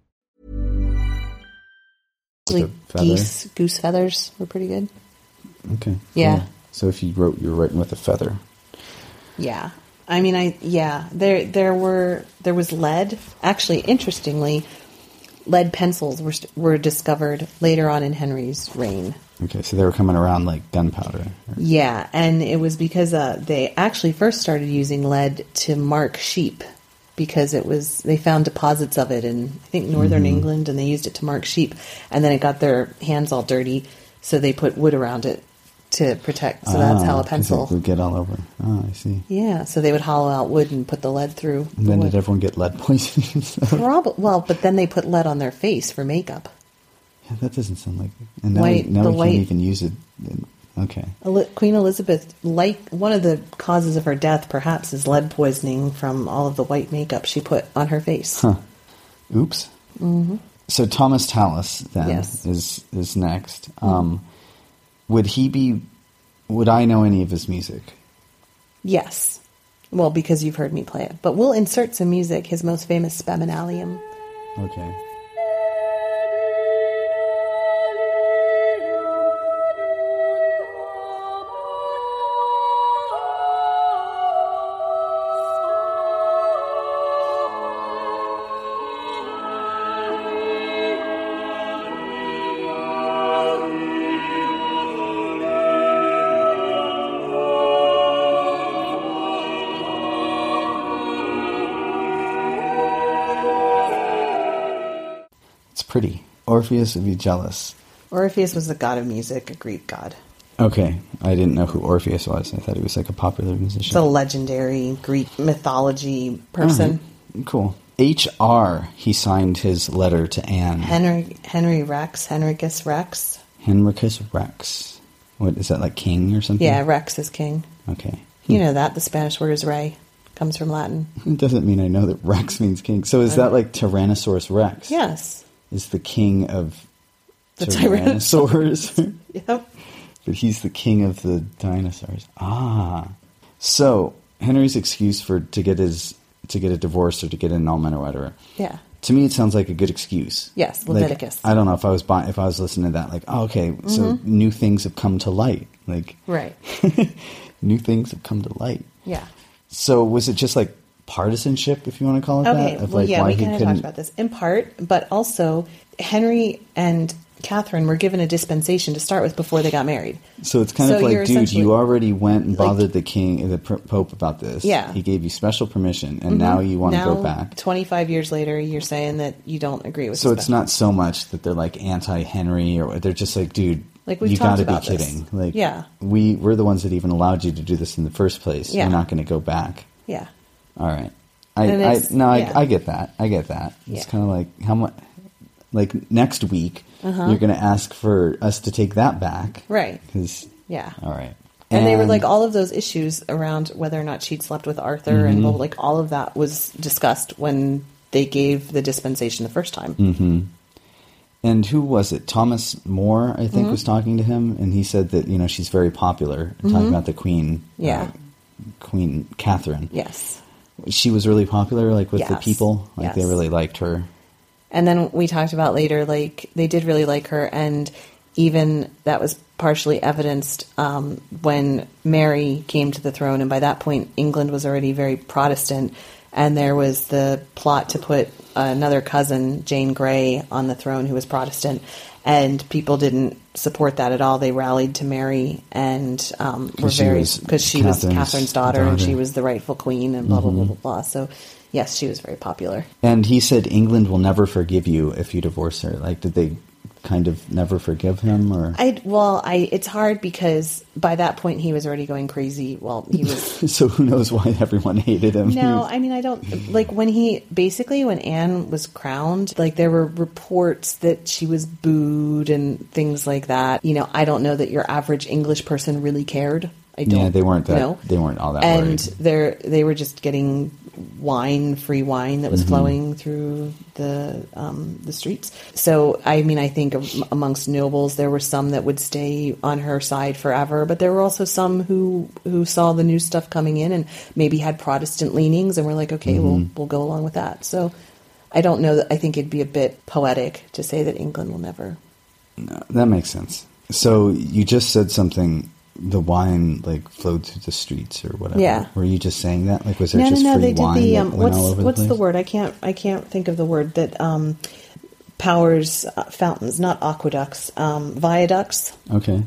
Speaker 2: just a
Speaker 1: Like geese, goose feathers were pretty good.
Speaker 2: Okay.
Speaker 1: Yeah.
Speaker 2: cool. So if you wrote, you're writing with a feather.
Speaker 1: Yeah. I mean, I yeah. There there were there was lead. Actually, interestingly, lead pencils were st- were discovered later on in Henry's reign.
Speaker 2: Okay. So they were coming around like gunpowder.
Speaker 1: Yeah, and it was because uh, they actually first started using lead to mark sheep because it was they found deposits of it in I think northern
Speaker 2: Mm-hmm.
Speaker 1: England and they used it to mark sheep and then it got their hands all dirty so they put wood around it to protect. So that's
Speaker 2: Ah,
Speaker 1: how a
Speaker 2: 'cause
Speaker 1: pencil.
Speaker 2: It would get all over. Oh, I see.
Speaker 1: Yeah, so they would hollow out wood and put the lead through.
Speaker 2: And
Speaker 1: the
Speaker 2: then
Speaker 1: wood.
Speaker 2: did everyone get lead poisoning?
Speaker 1: Probably. Well, but then they put lead on their face for makeup.
Speaker 2: yeah, that doesn't sound like. And now
Speaker 1: White-
Speaker 2: we, now
Speaker 1: the
Speaker 2: we
Speaker 1: white-
Speaker 2: can't even use it. Okay.
Speaker 1: Eli- Queen Elizabeth, like one of the causes of her death, perhaps, is lead poisoning from all of the white makeup she put on her face.
Speaker 2: Oops. Mm-hmm. So Thomas Tallis then
Speaker 1: Yes. Hmm.
Speaker 2: is is next. Um, would he be? Would I know any of his music?
Speaker 1: Yes. Well, because you've heard me play it. But we'll insert some music, his most famous Spaminalium.
Speaker 2: Okay. It's pretty. Orpheus would be jealous.
Speaker 1: Orpheus was the god of music, a Greek god.
Speaker 2: Okay, I didn't know who Orpheus was. I thought he was like a popular
Speaker 1: It's a
Speaker 2: musician.
Speaker 1: legendary Greek mythology person.
Speaker 2: Mm-hmm. Cool. H.R. He signed his letter to Anne.
Speaker 1: Henry Henry Rex, Henricus Rex.
Speaker 2: Mm-hmm. Henricus Rex. What is that like, king or something?
Speaker 1: Yeah, Rex is king.
Speaker 2: Okay.
Speaker 1: You know that. The Spanish word is rey. Comes from Latin.
Speaker 2: It doesn't mean I know that Rex means king. So is
Speaker 1: Uh-huh.
Speaker 2: that like Tyrannosaurus Rex?
Speaker 1: Yes.
Speaker 2: Is the king of
Speaker 1: The
Speaker 2: Tyrannosaurus.
Speaker 1: Yep.
Speaker 2: but he's the king of the dinosaurs. Ah. So Henry's excuse for to get his to get a divorce or to get an annulment or whatever.
Speaker 1: Yeah.
Speaker 2: To me, it sounds like a good excuse.
Speaker 1: Yes,
Speaker 2: Like,
Speaker 1: Leviticus. Mm-hmm.
Speaker 2: I don't know if I was buy- if I was listening to that. Like, oh, okay, so new things have come to light. Like,
Speaker 1: Right.
Speaker 2: new things have come to light.
Speaker 1: Yeah.
Speaker 2: So was it just like partisanship, if you want to call it
Speaker 1: Okay.
Speaker 2: that? Of
Speaker 1: well,
Speaker 2: like
Speaker 1: yeah,
Speaker 2: why
Speaker 1: we
Speaker 2: he
Speaker 1: kind of
Speaker 2: couldn't-
Speaker 1: talked about this in part, but also Henry and Catherine were given a dispensation to start with before they got married.
Speaker 2: So it's kind
Speaker 1: So
Speaker 2: of like,
Speaker 1: you're
Speaker 2: dude,
Speaker 1: essentially-
Speaker 2: you already went and
Speaker 1: like-
Speaker 2: bothered the king, the pr- pope about this.
Speaker 1: Yeah. Mm-hmm.
Speaker 2: he gave you special permission, and now you want to
Speaker 1: now,
Speaker 2: go back.
Speaker 1: Twenty-five years later, you're saying that you don't agree with.
Speaker 2: so
Speaker 1: this
Speaker 2: it's
Speaker 1: stuff.
Speaker 2: not so much that they're like anti Henry or they're just like, dude,
Speaker 1: Like, we've
Speaker 2: you
Speaker 1: talked
Speaker 2: gotta
Speaker 1: about
Speaker 2: be
Speaker 1: this.
Speaker 2: kidding. Like,
Speaker 1: Yeah.
Speaker 2: we we're the ones that even allowed you to do this in the first place.
Speaker 1: Yeah.
Speaker 2: You're not going to go back.
Speaker 1: Yeah.
Speaker 2: All right. I,
Speaker 1: And
Speaker 2: I
Speaker 1: it's-
Speaker 2: no, I,
Speaker 1: yeah.
Speaker 2: I get that. I get that.
Speaker 1: Yeah.
Speaker 2: It's kind of like how much. Like next week, you're going to ask for us to take that back,
Speaker 1: Uh-huh. Right.
Speaker 2: 'Cause-
Speaker 1: Yeah.
Speaker 2: all right.
Speaker 1: And, they were like all of those issues around whether or not she'd slept with Arthur
Speaker 2: Mm-hmm.
Speaker 1: and well, like all of that was discussed when they gave the dispensation the first time.
Speaker 2: Mm. And who was it? Thomas More, I think, was
Speaker 1: Mm-hmm.
Speaker 2: talking to him, and he said that you know she's very popular. Talking about the Queen, uh,
Speaker 1: Yeah.
Speaker 2: Queen Catherine.
Speaker 1: Yes.
Speaker 2: she was really popular, like with the
Speaker 1: Yes.
Speaker 2: people, like they
Speaker 1: Yes.
Speaker 2: really liked her.
Speaker 1: And then we talked about later, like they did really like her, and even that was partially evidenced um, when Mary came to the throne, and by that point England was already very Protestant, and there was the plot to put another cousin, Jane Grey, on the throne who was Protestant, and people didn't support that at all. They rallied to Mary and um, were
Speaker 2: she
Speaker 1: very
Speaker 2: was
Speaker 1: because she was
Speaker 2: Catherine's
Speaker 1: Catherine's daughter, and
Speaker 2: daughter. Mm-hmm.
Speaker 1: she was the rightful queen, and blah blah blah blah blah. So yes, she was very popular.
Speaker 2: And he said England will never forgive you if you divorce her. Like, did they kind of never forgive him, or
Speaker 1: I well, I it's hard because by that point he was already going crazy. Well, he was
Speaker 2: so? Who knows why everyone hated him?
Speaker 1: No, I mean I don't like when he basically when Anne was crowned, like there were reports that she was booed and things like that. You know, I don't know that your average English person really cared. I don't.
Speaker 2: yeah, they weren't that.
Speaker 1: know.
Speaker 2: They weren't all that
Speaker 1: and
Speaker 2: worried.
Speaker 1: they're they were just getting wine, free wine that was
Speaker 2: Mm-hmm.
Speaker 1: flowing through the um, the streets. So I mean, I think am- amongst nobles there were some that would stay on her side forever, but there were also some who who saw the new stuff coming in and maybe had Protestant leanings and were like, okay, we'll
Speaker 2: Mm-hmm.
Speaker 1: we'll go along with that. So I don't know. that I think it'd be a bit poetic to say that England will never.
Speaker 2: That makes sense. So you just said something. The wine like flowed through the streets or whatever.
Speaker 1: Yeah.
Speaker 2: Were you just saying that? Like, was there just free
Speaker 1: they
Speaker 2: wine
Speaker 1: did the
Speaker 2: that
Speaker 1: um,
Speaker 2: went
Speaker 1: what's
Speaker 2: all over the
Speaker 1: what's
Speaker 2: place?
Speaker 1: the word? I can't I can't think of the word that um, powers uh, fountains, not aqueducts, um, viaducts
Speaker 2: Okay.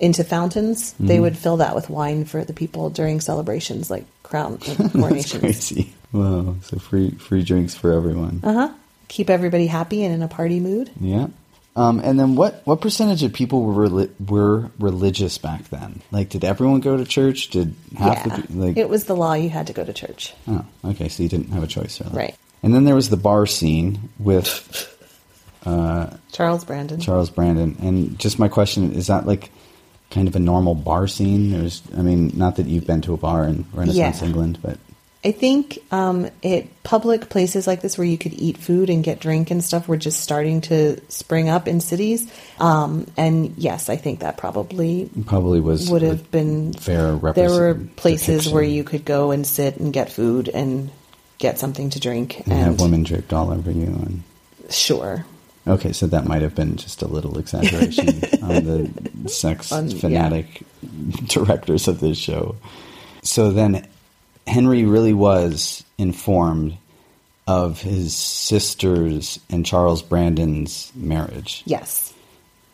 Speaker 1: into fountains.
Speaker 2: Mm-hmm.
Speaker 1: They would fill that with wine for the people during celebrations, like crown
Speaker 2: That's
Speaker 1: coronations.
Speaker 2: crazy. Wow. So free free drinks for everyone.
Speaker 1: Uh-huh. Keep everybody happy and in a party mood.
Speaker 2: Yeah. Um, and then what, what percentage of people were reli- were religious back then? Like, did everyone go to church? Did half
Speaker 1: yeah,
Speaker 2: the pe- like?
Speaker 1: it was the law. You had to go to church.
Speaker 2: oh, okay. So you didn't have a choice, really.
Speaker 1: Right.
Speaker 2: And then there was the bar scene with
Speaker 1: Charles Brandon.
Speaker 2: Charles Brandon. And just my question is that like kind of a normal bar scene? There's, I mean, not that you've been to a bar in Renaissance
Speaker 1: Yeah.
Speaker 2: England, but
Speaker 1: I think um, it public places like this where you could eat food and get drink and stuff were just starting to spring up in cities. Um, and yes, I think that probably
Speaker 2: probably was
Speaker 1: would
Speaker 2: a
Speaker 1: have been
Speaker 2: fair.
Speaker 1: There
Speaker 2: represent-
Speaker 1: were places where
Speaker 2: depiction.
Speaker 1: you could go and sit and get food and get something to drink.
Speaker 2: and have women draped all over you and.
Speaker 1: sure,
Speaker 2: Okay, so that might have been just a little exaggeration on the sex
Speaker 1: On- yeah.
Speaker 2: fanatic directors of this show. So then Henry really was informed of his sister's and Charles Brandon's marriage.
Speaker 1: yes,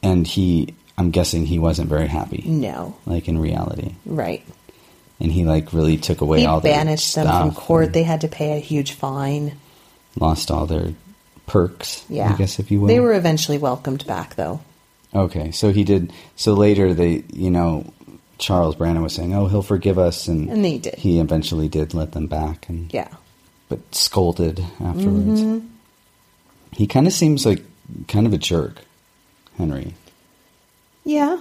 Speaker 2: And he, I'm guessing he wasn't very happy,
Speaker 1: no,
Speaker 2: like in reality.
Speaker 1: right.
Speaker 2: And he, like, really took away
Speaker 1: He
Speaker 2: all their
Speaker 1: banished them
Speaker 2: stuff
Speaker 1: from court.
Speaker 2: and
Speaker 1: They had to pay a huge fine.
Speaker 2: lost all their perks,
Speaker 1: Yeah,
Speaker 2: I guess, if you will.
Speaker 1: they were eventually welcomed back though.
Speaker 2: Okay, so he did. So later, they, you know, Charles Brandon was saying, "Oh, he'll forgive us," and
Speaker 1: And they did.
Speaker 2: He eventually did let them back, and
Speaker 1: Yeah, Mm-hmm.
Speaker 2: but scolded afterwards. He kind of seems like kind of a jerk, Henry.
Speaker 1: yeah.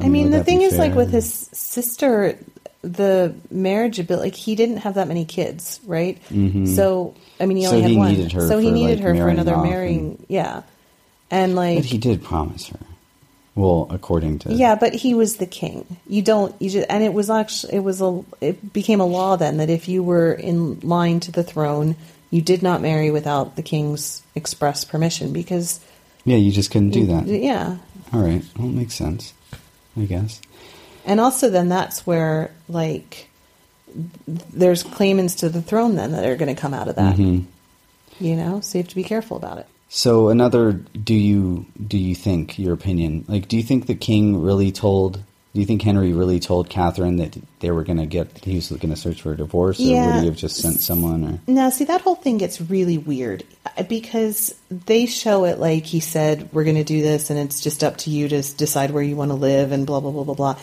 Speaker 1: I mean, the thing is, like with his sister, the marriage ability, like he didn't have that many kids, right? So, I mean, he
Speaker 2: Mm-hmm. So
Speaker 1: only had
Speaker 2: he
Speaker 1: one.
Speaker 2: needed her
Speaker 1: so he
Speaker 2: for,
Speaker 1: needed
Speaker 2: like,
Speaker 1: her for
Speaker 2: marrying
Speaker 1: another
Speaker 2: off
Speaker 1: marrying,
Speaker 2: and-
Speaker 1: yeah. And like,
Speaker 2: But he did promise her. Well, according to
Speaker 1: yeah, but he was the king. You don't, you just, and it was actually, it was a, it became a law then that if you were in line to the throne, you did not marry without the king's express permission because,
Speaker 2: yeah, you just couldn't do that.
Speaker 1: yeah,
Speaker 2: All right, well, it makes sense, I guess.
Speaker 1: And also, then that's where like there's claimants to the throne then that are going to come out of that.
Speaker 2: Mm-hmm.
Speaker 1: You know, so you have to be careful about it.
Speaker 2: So another do you do you think your opinion like do you think the king really told do you think Henry really told Catherine that they were going to get he was going to search for a divorce or would
Speaker 1: Yeah.
Speaker 2: he have just sent someone or
Speaker 1: Now, see, that whole thing gets really weird uh, because they show it like he said, we're going to do this, and it's just up to you to s- decide where you want to live, and blah, blah, blah, blah, blah.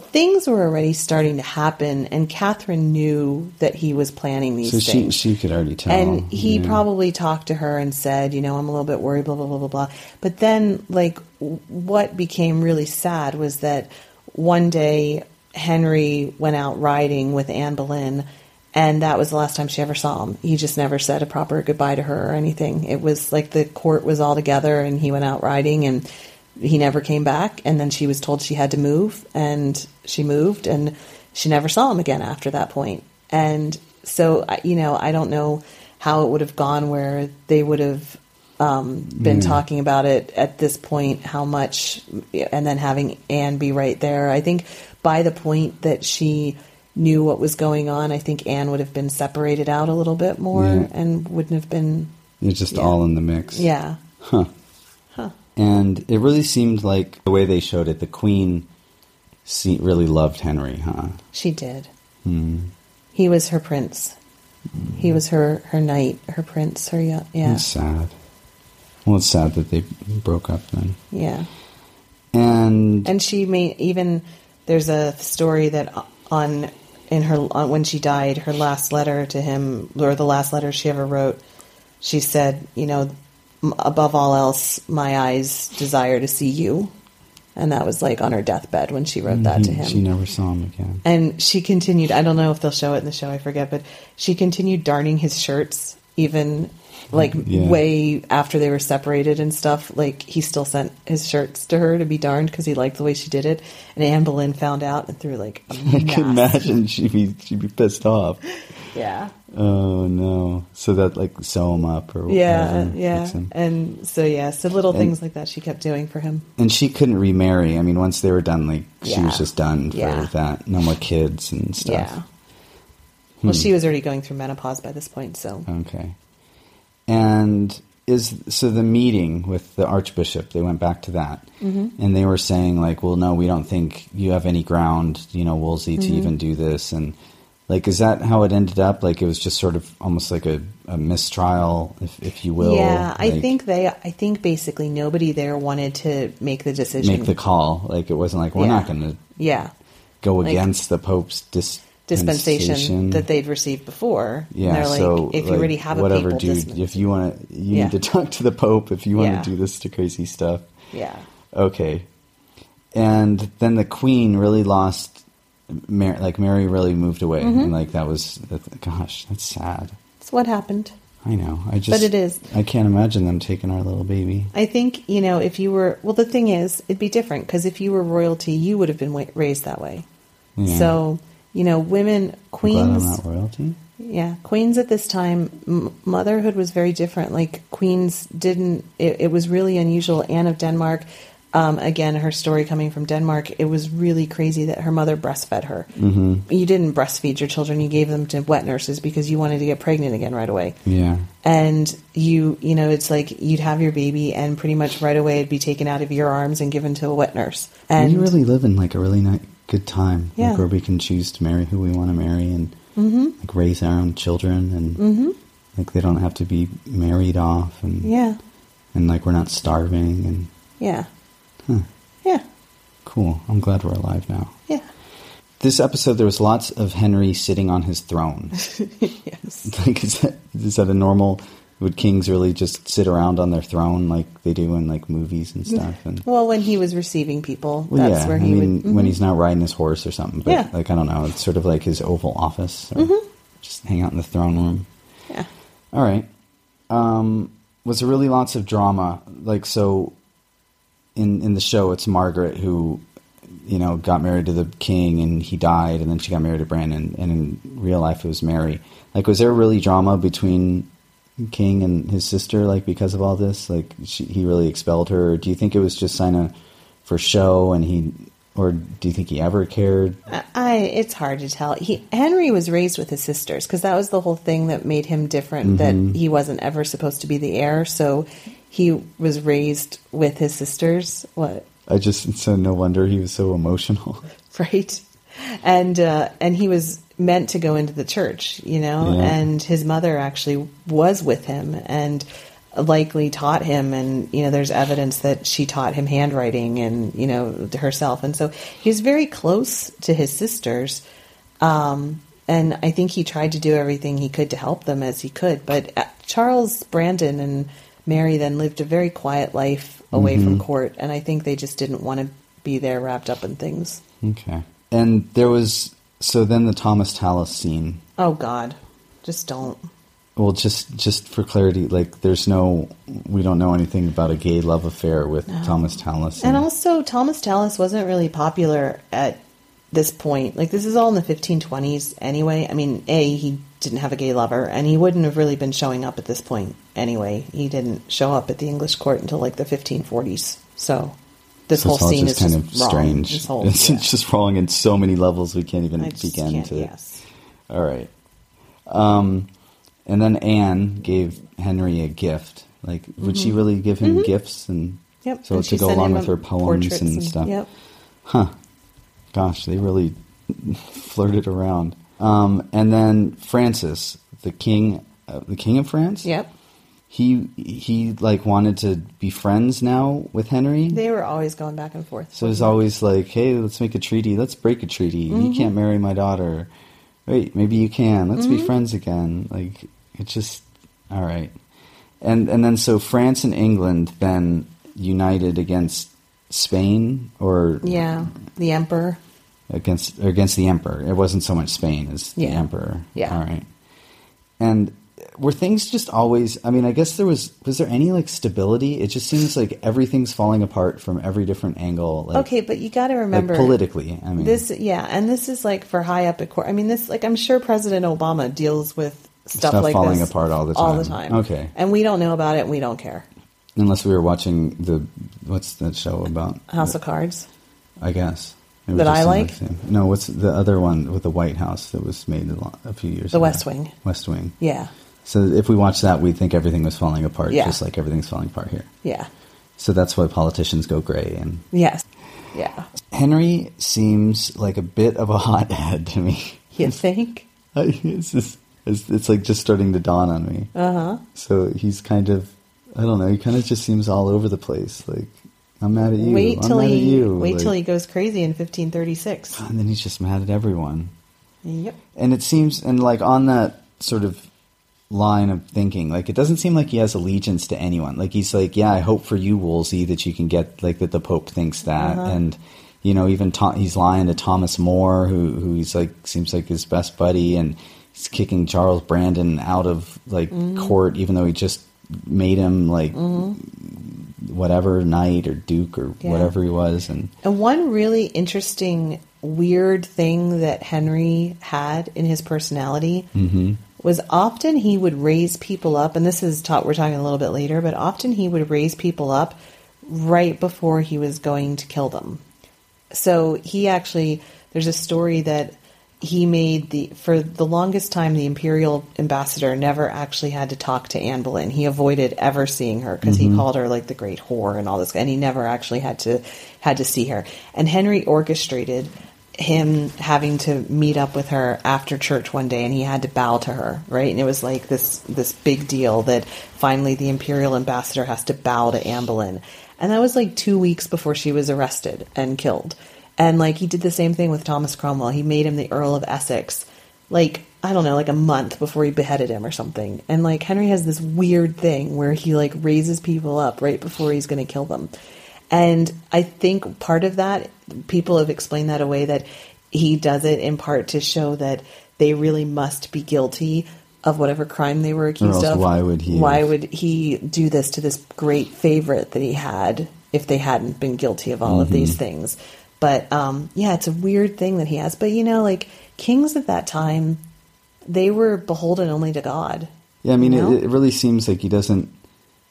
Speaker 1: Things were already starting to happen, and Catherine knew that he was planning these
Speaker 2: so she
Speaker 1: things.
Speaker 2: she could already tell
Speaker 1: And he
Speaker 2: yeah.
Speaker 1: probably talked to her and said, you know, I'm a little bit worried, blah, blah, blah, blah, blah. But then, like, w- what became really sad was that one day Henry went out riding with Anne Boleyn, and that was the last time she ever saw him. He just never said a proper goodbye to her or anything. It was like the court was all together, and he went out riding, and he never came back. And then she was told she had to move, and she moved, and she never saw him again after that point. And so, I- you know, I don't know how it would have gone where they would have um, been talking about it at this point, how much, and then having Anne be right there. I think by the point that she knew what was going on, I think Anne would have been separated out a little bit more
Speaker 2: Yeah.
Speaker 1: and wouldn't have been.
Speaker 2: You're just all in the mix.
Speaker 1: Yeah.
Speaker 2: Huh. And it really seemed like the way they showed it, the queen se- really loved Henry, huh?
Speaker 1: She did. He was her prince. He was her her knight, her prince, her yo- yeah,
Speaker 2: It's sad. Well, it's sad that they broke up then.
Speaker 1: yeah.
Speaker 2: And
Speaker 1: And she may even there's a story that on in her on, when she died, her last letter to him or the last letter she ever wrote, she said, you know, "M- above all else, my eyes desire to see you, and that was like on her deathbed when she wrote that to him.
Speaker 2: Mm-hmm. she never saw him again.
Speaker 1: And she continued, I don't know if they'll show it in the show, I forget, but she continued darning his shirts even like
Speaker 2: Mm, Yeah.
Speaker 1: way after they were separated and stuff. Like he still sent his shirts to her to be darned because he liked the way she did it. And Anne Boleyn found out and threw like a
Speaker 2: I can
Speaker 1: mess.
Speaker 2: imagine she'd be, she'd be pissed off.
Speaker 1: Yeah.
Speaker 2: Oh, no. So that, like, sew him up or
Speaker 1: Yeah, uh,
Speaker 2: whatever.
Speaker 1: yeah.
Speaker 2: Fix him.
Speaker 1: And so yeah, so little things like that she kept doing for him.
Speaker 2: And she couldn't remarry. I mean, once they were done, like, she
Speaker 1: Yeah.
Speaker 2: was just done for
Speaker 1: Yeah.
Speaker 2: that. No more kids and stuff.
Speaker 1: Yeah. Well,
Speaker 2: Hmm.
Speaker 1: she was already going through menopause by this point, so
Speaker 2: Okay. And is so the meeting with the archbishop, they went back to that.
Speaker 1: Mm-hmm.
Speaker 2: And they were saying like, well no, we don't think you have any ground, you know, Wolsey
Speaker 1: Mm-hmm.
Speaker 2: to even do this and like is that how it ended up? Like it was just sort of almost like a, a mistrial if if you will.
Speaker 1: yeah, I
Speaker 2: like,
Speaker 1: think they. I think basically nobody there wanted to make the decision.
Speaker 2: make the call. Like it wasn't like we're
Speaker 1: Yeah.
Speaker 2: not going to
Speaker 1: yeah
Speaker 2: go
Speaker 1: Like-
Speaker 2: against the pope's dis-
Speaker 1: dispensation, that they'd received before. And
Speaker 2: Yeah,
Speaker 1: they're like,
Speaker 2: so
Speaker 1: if you
Speaker 2: like,
Speaker 1: already have a
Speaker 2: whatever,
Speaker 1: papal
Speaker 2: dude.
Speaker 1: dispense-
Speaker 2: If you want to, you
Speaker 1: Yeah.
Speaker 2: need to talk to the Pope if you want
Speaker 1: Yeah.
Speaker 2: to do this to crazy stuff.
Speaker 1: yeah,
Speaker 2: Okay, and then the Queen really lost. Mary, like Mary really moved away,
Speaker 1: Mm-hmm.
Speaker 2: and like that was, that, gosh, that's sad.
Speaker 1: it's what happened.
Speaker 2: I know. I just,
Speaker 1: it is.
Speaker 2: I can't imagine them taking our little baby.
Speaker 1: I think you know if you were well, the thing is, it'd be different because if you were royalty, you would have been wa- raised that way.
Speaker 2: Yeah.
Speaker 1: So you know, women
Speaker 2: I'm glad I'm
Speaker 1: queens.
Speaker 2: not royalty.
Speaker 1: Yeah, queens at this time, m- motherhood was very different. Like queens didn't. It, it was really unusual. Anne of Denmark, um, again, her story coming from Denmark, it was really crazy that her mother breastfed her. Mm-hmm. You didn't breastfeed your children; you gave them to wet nurses because you wanted to get pregnant again right away.
Speaker 2: Yeah,
Speaker 1: And you, you know, it's like you'd have your baby, and pretty much right away it'd be taken out of your arms and given to a wet nurse. And
Speaker 2: we really live in like a really nice, good time,
Speaker 1: Yeah. Mm-hmm.
Speaker 2: like where we can choose to marry who we want to marry and like raise our own children, and like they don't have to be married off, and
Speaker 1: yeah,
Speaker 2: and like we're not starving, and
Speaker 1: yeah, yeah,
Speaker 2: cool. I'm glad we're alive now.
Speaker 1: yeah.
Speaker 2: This episode, there was lots of Henry sitting on his throne.
Speaker 1: Yes.
Speaker 2: like, is that is that a normal? Would kings really just sit around on their throne like they do in like movies and stuff? And
Speaker 1: Well, when he was receiving people,
Speaker 2: Well,
Speaker 1: that's
Speaker 2: yeah,
Speaker 1: where
Speaker 2: I
Speaker 1: he
Speaker 2: mean,
Speaker 1: would. Mm-hmm.
Speaker 2: when he's not riding his horse or something. But,
Speaker 1: Yeah. Mm-hmm.
Speaker 2: like, I don't know. It's sort of like his Oval Office. Or Just hang out in the throne room.
Speaker 1: Yeah.
Speaker 2: All right. Um, was there really lots of drama? Like, so in, in the show, it's Margaret who, you know, got married to the king and he died, and then she got married to Brandon. And in real life, it was Mary. Like, was there really drama between King and his sister, like, because of all this? Like, she, he really expelled her? Or do you think it was just sign of for show and he, or do you think he ever cared?
Speaker 1: I it's hard to tell. He Henry was raised with his sisters because that was the whole thing that made him different.
Speaker 2: Mm-hmm.
Speaker 1: That he wasn't ever supposed to be the heir, so he was raised with his sisters. What
Speaker 2: I just, so no wonder he was so emotional.
Speaker 1: Mm-hmm. right? And uh, and he was meant to go into the church, you know.
Speaker 2: Yeah.
Speaker 1: And his mother actually was with him and likely taught him. And you know, there's evidence that she taught him handwriting and you know herself. And so he's very close to his sisters. Um, and I think he tried to do everything he could to help them as he could. But uh, Charles Brandon and Mary then lived a very quiet life away from court, and I think they just didn't want to be there wrapped up in things.
Speaker 2: Okay. And there was so then the Thomas Tallis scene.
Speaker 1: Oh God, just don't.
Speaker 2: Well, just just for clarity, like there's no we don't know anything about a gay love affair with Thomas Tallis.
Speaker 1: And also, Thomas Tallis wasn't really popular at this point. Like this is all in the 1520s anyway. I mean, A, he didn't have a gay lover and he wouldn't have really been showing up at this point anyway. He didn't show up at the English court until like the 1540s. So this
Speaker 2: So
Speaker 1: whole
Speaker 2: it's all
Speaker 1: scene
Speaker 2: just
Speaker 1: is
Speaker 2: kind
Speaker 1: just
Speaker 2: of
Speaker 1: wrong.
Speaker 2: strange.
Speaker 1: This whole-
Speaker 2: it's,
Speaker 1: yeah.
Speaker 2: it's just wrong in so many levels we can't even
Speaker 1: I just
Speaker 2: begin
Speaker 1: can't-
Speaker 2: to.
Speaker 1: yes.
Speaker 2: All right. Um, and then Anne gave Henry a gift. Like, would she really give him gifts and
Speaker 1: Mm-hmm. Yep.
Speaker 2: so
Speaker 1: and
Speaker 2: to
Speaker 1: she
Speaker 2: go
Speaker 1: sent
Speaker 2: along
Speaker 1: him
Speaker 2: with her poems
Speaker 1: portraits
Speaker 2: and, stuff?
Speaker 1: Yep.
Speaker 2: Gosh, they really flirted around. Um, and then Francis, the king, uh, the king of France.
Speaker 1: Yep.
Speaker 2: He he like wanted to be friends now with Henry.
Speaker 1: They were always going back and forth.
Speaker 2: So he's always like, "Hey, let's make a treaty. Let's break a treaty. You can't marry my daughter. Wait, maybe you can. Let's be friends again." Like it's just all right. And and then so France and England then united against Spain or
Speaker 1: yeah, the emperor.
Speaker 2: against or against the emperor. It wasn't so much Spain as the
Speaker 1: Yeah.
Speaker 2: emperor.
Speaker 1: Yeah.
Speaker 2: All right. And were things just always? I mean, I guess there was. Was there any like stability? It just seems like everything's falling apart from every different angle. Like,
Speaker 1: Okay, but you got to remember
Speaker 2: like politically. I mean,
Speaker 1: this. Yeah, and this is like for high up at court. I mean, this like I'm sure President Obama deals with stuff,
Speaker 2: Stuff
Speaker 1: like
Speaker 2: falling
Speaker 1: this
Speaker 2: apart all the
Speaker 1: All the
Speaker 2: time.
Speaker 1: time.
Speaker 2: Okay.
Speaker 1: and we don't know about it. and We don't care.
Speaker 2: unless we were watching the what's that show about?
Speaker 1: House of Cards.
Speaker 2: I guess It was
Speaker 1: That
Speaker 2: just
Speaker 1: I
Speaker 2: in,
Speaker 1: like?
Speaker 2: same- No, what's the other one with the White House that was made a, lot, a few years?
Speaker 1: The
Speaker 2: ago?
Speaker 1: West Wing.
Speaker 2: West Wing.
Speaker 1: Yeah,
Speaker 2: So if we watched that, we'd think everything was falling apart,
Speaker 1: Yeah.
Speaker 2: just like everything's falling apart here.
Speaker 1: yeah,
Speaker 2: So that's why politicians go gray. And
Speaker 1: yes, yeah.
Speaker 2: Henry seems like a bit of a hothead to me.
Speaker 1: You think?
Speaker 2: I- it's, just, it's, it's like just starting to dawn on me. Uh
Speaker 1: Uh-huh.
Speaker 2: huh. So he's kind of, I don't know, he kind of just seems all over the place. Like, I'm mad at you.
Speaker 1: wait
Speaker 2: I'm
Speaker 1: till
Speaker 2: mad at
Speaker 1: he
Speaker 2: you.
Speaker 1: wait
Speaker 2: like-
Speaker 1: till he goes crazy in 1536.
Speaker 2: And then he's just mad at everyone.
Speaker 1: Yep.
Speaker 2: And it seems, and like on that sort of line of thinking, like it doesn't seem like he has allegiance to anyone. Like he's like, yeah, I hope for you, Wolsey, that you can get like that the Pope thinks that, and you know, even Tho- he's lying to Thomas More, who who he's like seems like his best buddy, and he's kicking Charles Brandon out of like court, even though he just made him like whatever knight or duke or
Speaker 1: Yeah.
Speaker 2: whatever he was, and
Speaker 1: And one really interesting, weird thing that Henry had in his personality was often he would raise people up, and this is taught, we're talking a little bit later, but often he would raise people up right before he was going to kill them. So he actually, there's a story that he made the for the longest time the imperial ambassador never actually had to talk to Anne Boleyn. He avoided ever seeing her because he called her like the great whore and all this, and he never actually had to had to see her. And Henry orchestrated him having to meet up with her after church one day and he had to bow to her right and it was like this this big deal that finally the imperial ambassador has to bow to Anne Boleyn and that was like 2 weeks before she was arrested and killed and like he did the same thing with Thomas Cromwell he made him the earl of Essex like I don't know, like a month before he beheaded him or something. And like Henry has this weird thing where he like raises people up right before he's going to kill them. And I think part of that, people have explained that away that he does it in part to show that they really must be guilty of whatever crime they were accused
Speaker 2: else
Speaker 1: of.
Speaker 2: why would he
Speaker 1: Why
Speaker 2: have-
Speaker 1: would he do this to this great favorite that he had if they hadn't been guilty of all of these things? But um, yeah, it's a weird thing that he has. But you know, like kings at that time, they were beholden only to God.
Speaker 2: Yeah, I mean,
Speaker 1: you know?
Speaker 2: it, it really seems like he doesn't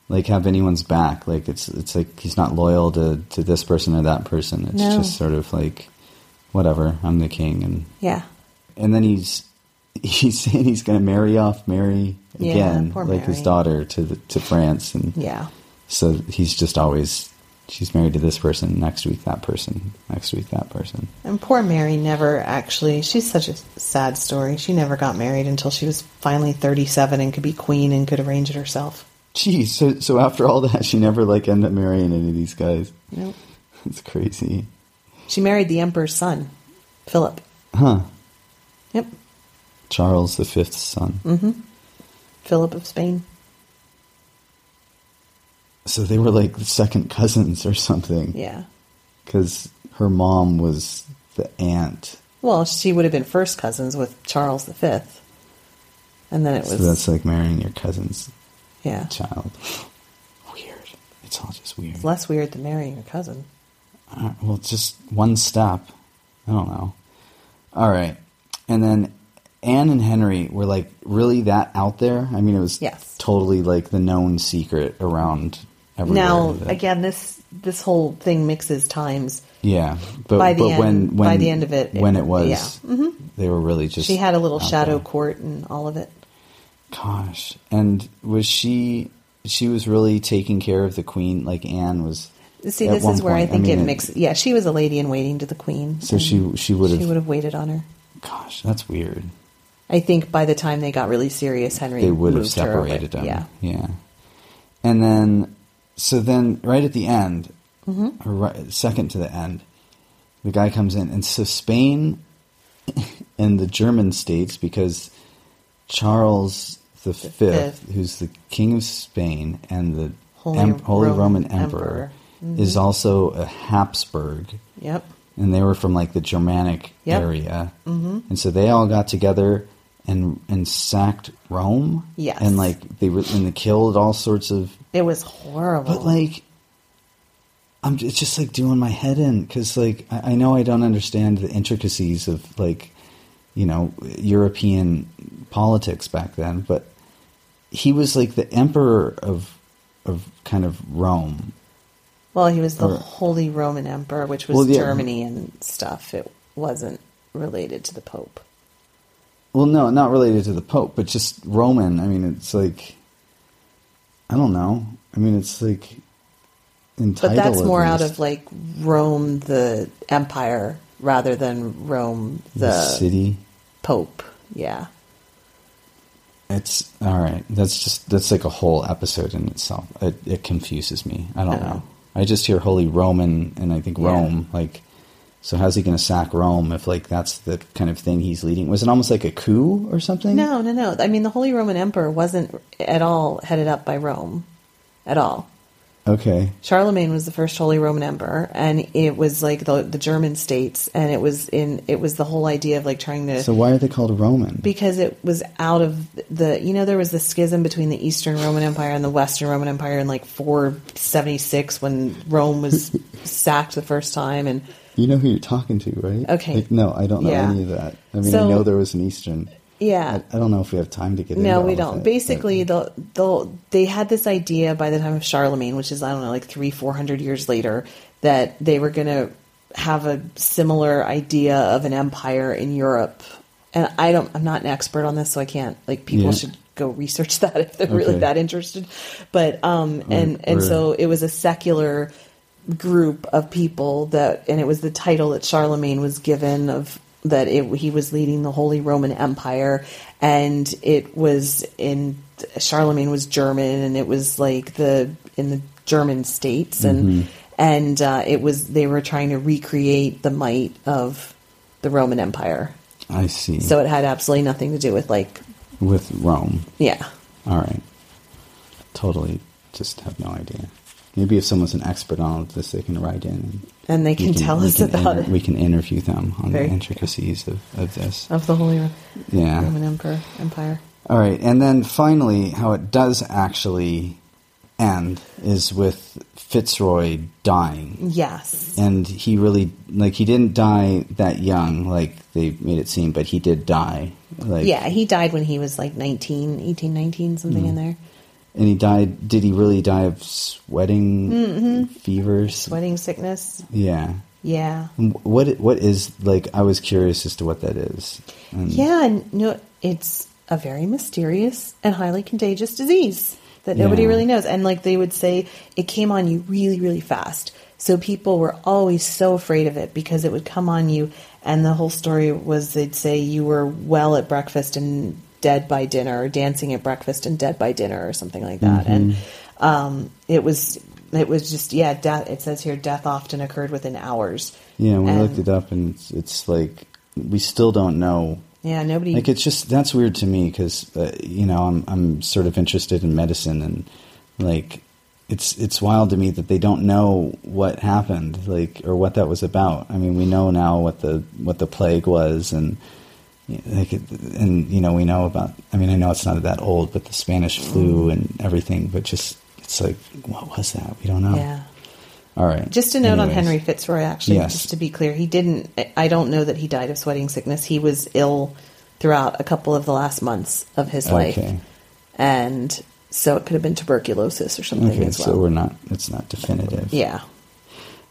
Speaker 2: like have anyone's back. Like it's it's like he's not loyal to to this person or that person. It's
Speaker 1: No.
Speaker 2: just sort of like whatever. I'm the king, and
Speaker 1: yeah,
Speaker 2: and then he's he's saying he's going to marry off Mary
Speaker 1: Yeah,
Speaker 2: again,
Speaker 1: poor
Speaker 2: like his
Speaker 1: Mary.
Speaker 2: daughter to the, to France, and
Speaker 1: yeah,
Speaker 2: so he's just always she's married to this person next week, that person next week, that person.
Speaker 1: and poor Mary never actually. She's such a sad story. She never got married until she was finally thirty-seven and could be queen and could arrange it herself.
Speaker 2: Geez, so so after all that, she never like ended up marrying any of these guys.
Speaker 1: You know,
Speaker 2: It's crazy.
Speaker 1: she married the emperor's son, Philip.
Speaker 2: Huh.
Speaker 1: Yep,
Speaker 2: Charles the Fifth's son.
Speaker 1: Philip of Spain.
Speaker 2: So they were like second cousins or something.
Speaker 1: Yeah.
Speaker 2: Because her mom was the aunt.
Speaker 1: Well, she would have been first cousins with Charles V, and then it
Speaker 2: So
Speaker 1: was
Speaker 2: that's like marrying your cousin's
Speaker 1: yeah,
Speaker 2: child. Weird. It's all just weird.
Speaker 1: it's less weird than marrying your cousin.
Speaker 2: All right, well, just one step. I don't know. All right. And then Anne and Henry were like really that out there. I mean, it was
Speaker 1: Yes.
Speaker 2: totally like the known secret around everywhere.
Speaker 1: Now,
Speaker 2: that-
Speaker 1: again, this this whole thing mixes times.
Speaker 2: yeah, but,
Speaker 1: by the
Speaker 2: but
Speaker 1: end-
Speaker 2: when, when
Speaker 1: by the end of it, it-
Speaker 2: when it was,
Speaker 1: yeah. Mm-hmm.
Speaker 2: they were really just.
Speaker 1: She had a little
Speaker 2: out
Speaker 1: shadow
Speaker 2: there.
Speaker 1: court and all of it.
Speaker 2: Gosh, and was she? She was really taking care of the queen. Like Anne was.
Speaker 1: See,
Speaker 2: at
Speaker 1: this
Speaker 2: one
Speaker 1: is where I
Speaker 2: point.
Speaker 1: think
Speaker 2: mean,
Speaker 1: it mixes. Yeah, she was a lady in waiting to the queen.
Speaker 2: So she she would
Speaker 1: She would
Speaker 2: have.
Speaker 1: have waited on her.
Speaker 2: Gosh, that's weird.
Speaker 1: I think by the time they got really serious, Henry
Speaker 2: They would have
Speaker 1: moved her away.
Speaker 2: separated them.
Speaker 1: Yeah,
Speaker 2: yeah. And then, so then, right at the end,
Speaker 1: Mm-hmm.
Speaker 2: or right, second to the end, the guy comes in, and so Spain and the German states, because Charles the Fifth,
Speaker 1: fifth.
Speaker 2: who's the King of Spain and the
Speaker 1: Holy
Speaker 2: Holy
Speaker 1: Roman
Speaker 2: Roman Emperor,
Speaker 1: Emperor. Mm-hmm.
Speaker 2: is also a Habsburg
Speaker 1: yep.
Speaker 2: and they were from like the Germanic
Speaker 1: Yep.
Speaker 2: area, mm-hmm. and so they all got together and and sacked Rome.
Speaker 1: Yes.
Speaker 2: and like they were and they killed all sorts of.
Speaker 1: It was horrible.
Speaker 2: But like, I'm it's just like doing my head in because like I, I know I don't understand the intricacies of like you know European politics back then, but he was like the emperor of of kind of Rome,
Speaker 1: well, he was the
Speaker 2: or-
Speaker 1: Holy Roman Emperor, which was
Speaker 2: Well, yeah.
Speaker 1: Germany and stuff. It wasn't related to the Pope.
Speaker 2: Well, no, not related to the Pope, but just Roman. I mean, it's like I don't know. I mean, it's like
Speaker 1: But
Speaker 2: entitled.
Speaker 1: that's
Speaker 2: at
Speaker 1: more out
Speaker 2: least.
Speaker 1: of like Rome, the empire, rather than Rome, the,
Speaker 2: city.
Speaker 1: Pope. Yeah.
Speaker 2: It's all right. That's just that's like a whole episode in itself. It, it confuses me. I don't know. I just hear Holy Roman, and I think
Speaker 1: Yeah.
Speaker 2: Rome. Like, so how's he going to sack Rome if like that's the kind of thing he's leading? Was it almost like a coup or something?
Speaker 1: No, no, no. I mean, the Holy Roman Emperor wasn't at all headed up by Rome at all.
Speaker 2: Okay.
Speaker 1: Charlemagne was the first Holy Roman Emperor, and it was like the, the German states, and it was in it was the whole idea of like trying to
Speaker 2: So why are they called Roman?
Speaker 1: because it was out of the you know there was the schism between the Eastern Roman Empire and the Western Roman Empire in like 476 when Rome was sacked the first time, and
Speaker 2: You know who you're talking to, right?
Speaker 1: Okay.
Speaker 2: Like, no, I don't know
Speaker 1: Yeah.
Speaker 2: any of that. I mean, I
Speaker 1: So-
Speaker 2: know there was an Eastern.
Speaker 1: yeah,
Speaker 2: I, I don't know if we have time to get into
Speaker 1: No, we
Speaker 2: all of
Speaker 1: don't.
Speaker 2: it,
Speaker 1: Basically, the the they had this idea by the time of Charlemagne, which is I don't know, like three four hundred years later, that they were going to have a similar idea of an empire in Europe. And I don't, I'm not an expert on this, so I can't. Like, people
Speaker 2: Yeah.
Speaker 1: should go research that if they're really
Speaker 2: Okay.
Speaker 1: that interested. But um, and and
Speaker 2: we're-
Speaker 1: so it was a secular group of people that, and it was the title that Charlemagne was given of that it, he was leading the Holy Roman Empire, and it was in Charlemagne was German, and it was like the in the German states, and and uh, it was they were trying to recreate the might of the Roman Empire,
Speaker 2: but- I see.
Speaker 1: so it had absolutely nothing to do with like
Speaker 2: with Rome,
Speaker 1: yeah.
Speaker 2: all right. Totally, just have no idea. Maybe if someone's an expert on all of this, they can write in and,
Speaker 1: And they can
Speaker 2: we
Speaker 1: tell
Speaker 2: we
Speaker 1: us
Speaker 2: can
Speaker 1: about
Speaker 2: inter-
Speaker 1: it.
Speaker 2: We can interview them on
Speaker 1: Very- Oh.
Speaker 2: the intricacies of, of this.
Speaker 1: of the Holy Ro-
Speaker 2: Yeah.
Speaker 1: Roman Emperor Empire.
Speaker 2: All right, and then finally, how it does actually end is with Fitzroy dying.
Speaker 1: Yes.
Speaker 2: and he really like he didn't die that young like they made it seem but he did die like
Speaker 1: yeah, he died when he was like 19, 18, 19, something in there.
Speaker 2: and he died did he really die of sweating fevers
Speaker 1: Sweating sickness.
Speaker 2: yeah
Speaker 1: Yeah.
Speaker 2: And wh- what what is like i was curious as to what that is and
Speaker 1: Yeah, and no, it's a very mysterious and highly contagious disease that nobody
Speaker 2: Yeah.
Speaker 1: really knows. And like they would say, it came on you really, really fast. So people were always so afraid of it because it would come on you. And the whole story was they'd say you were well at breakfast and dead by dinner, or dancing at breakfast and dead by dinner, or something like that. And um, it was. It was just yeah. Death. It says here, death often occurred within hours.
Speaker 2: yeah we looked
Speaker 1: And-
Speaker 2: it up and it's, it's like we still don't know
Speaker 1: Yeah, nobody.
Speaker 2: like it's just that's weird to me because uh, you know I'm I'm sort of interested in medicine and like it's it's wild to me that they don't know what happened like or what that was about. I mean, we know now what the what the plague was and y- like it- and you know we know about. I mean, I know it's not that old, but the Spanish flu and everything. But just it's like what was that? We don't know.
Speaker 1: yeah.
Speaker 2: All right.
Speaker 1: Just a note on
Speaker 2: Anyways.
Speaker 1: Henry Fitzroy, actually,
Speaker 2: Yes.
Speaker 1: just to be clear, he didn't. I- I don't know that he died of sweating sickness. He was ill throughout a couple of the last months of his
Speaker 2: Okay.
Speaker 1: life, and so it could have been tuberculosis or something
Speaker 2: Okay,
Speaker 1: as well.
Speaker 2: so we're not. It's not definitive.
Speaker 1: yeah,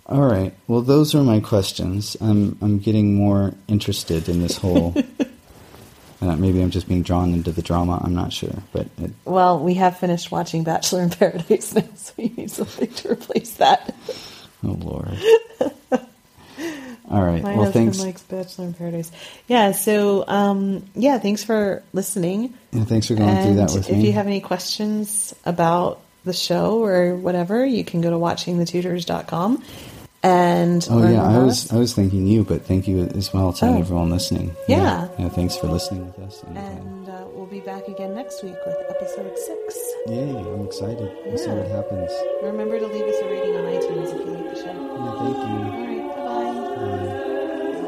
Speaker 2: All right. Well, those are my questions. I'm I'm getting more interested in this whole. uh, maybe I'm just being drawn into the drama. I'm not sure, but it,
Speaker 1: Well, we have finished watching Bachelor in Paradise now, so we need something to replace that.
Speaker 2: oh lord. All right.
Speaker 1: My
Speaker 2: well,
Speaker 1: husband
Speaker 2: thanks.
Speaker 1: likes Bachelor in Paradise. Yeah, so um, yeah, thanks for listening.
Speaker 2: yeah, thanks for going through
Speaker 1: and
Speaker 2: that with
Speaker 1: if
Speaker 2: me.
Speaker 1: you have any questions about the show or whatever, you can go to watchingthetutors.com and
Speaker 2: oh
Speaker 1: learn
Speaker 2: yeah, I
Speaker 1: about
Speaker 2: was
Speaker 1: us.
Speaker 2: I was thanking you, but thank you as well to
Speaker 1: Oh.
Speaker 2: everyone listening.
Speaker 1: Yeah.
Speaker 2: yeah. Thanks for listening with us. And, uh,
Speaker 1: And uh, we'll be back again next week with episode six.
Speaker 2: uh, yay! I'm excited. We'll see
Speaker 1: Yeah.
Speaker 2: what happens.
Speaker 1: Remember to leave us a rating on iTunes if you like the show.
Speaker 2: Yeah, thank you.
Speaker 1: All right, bye bye.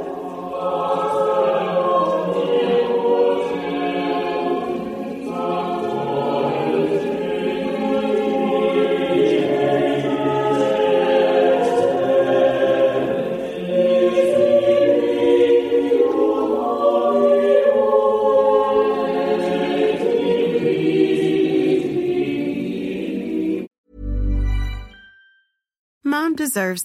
Speaker 4: Mom deserves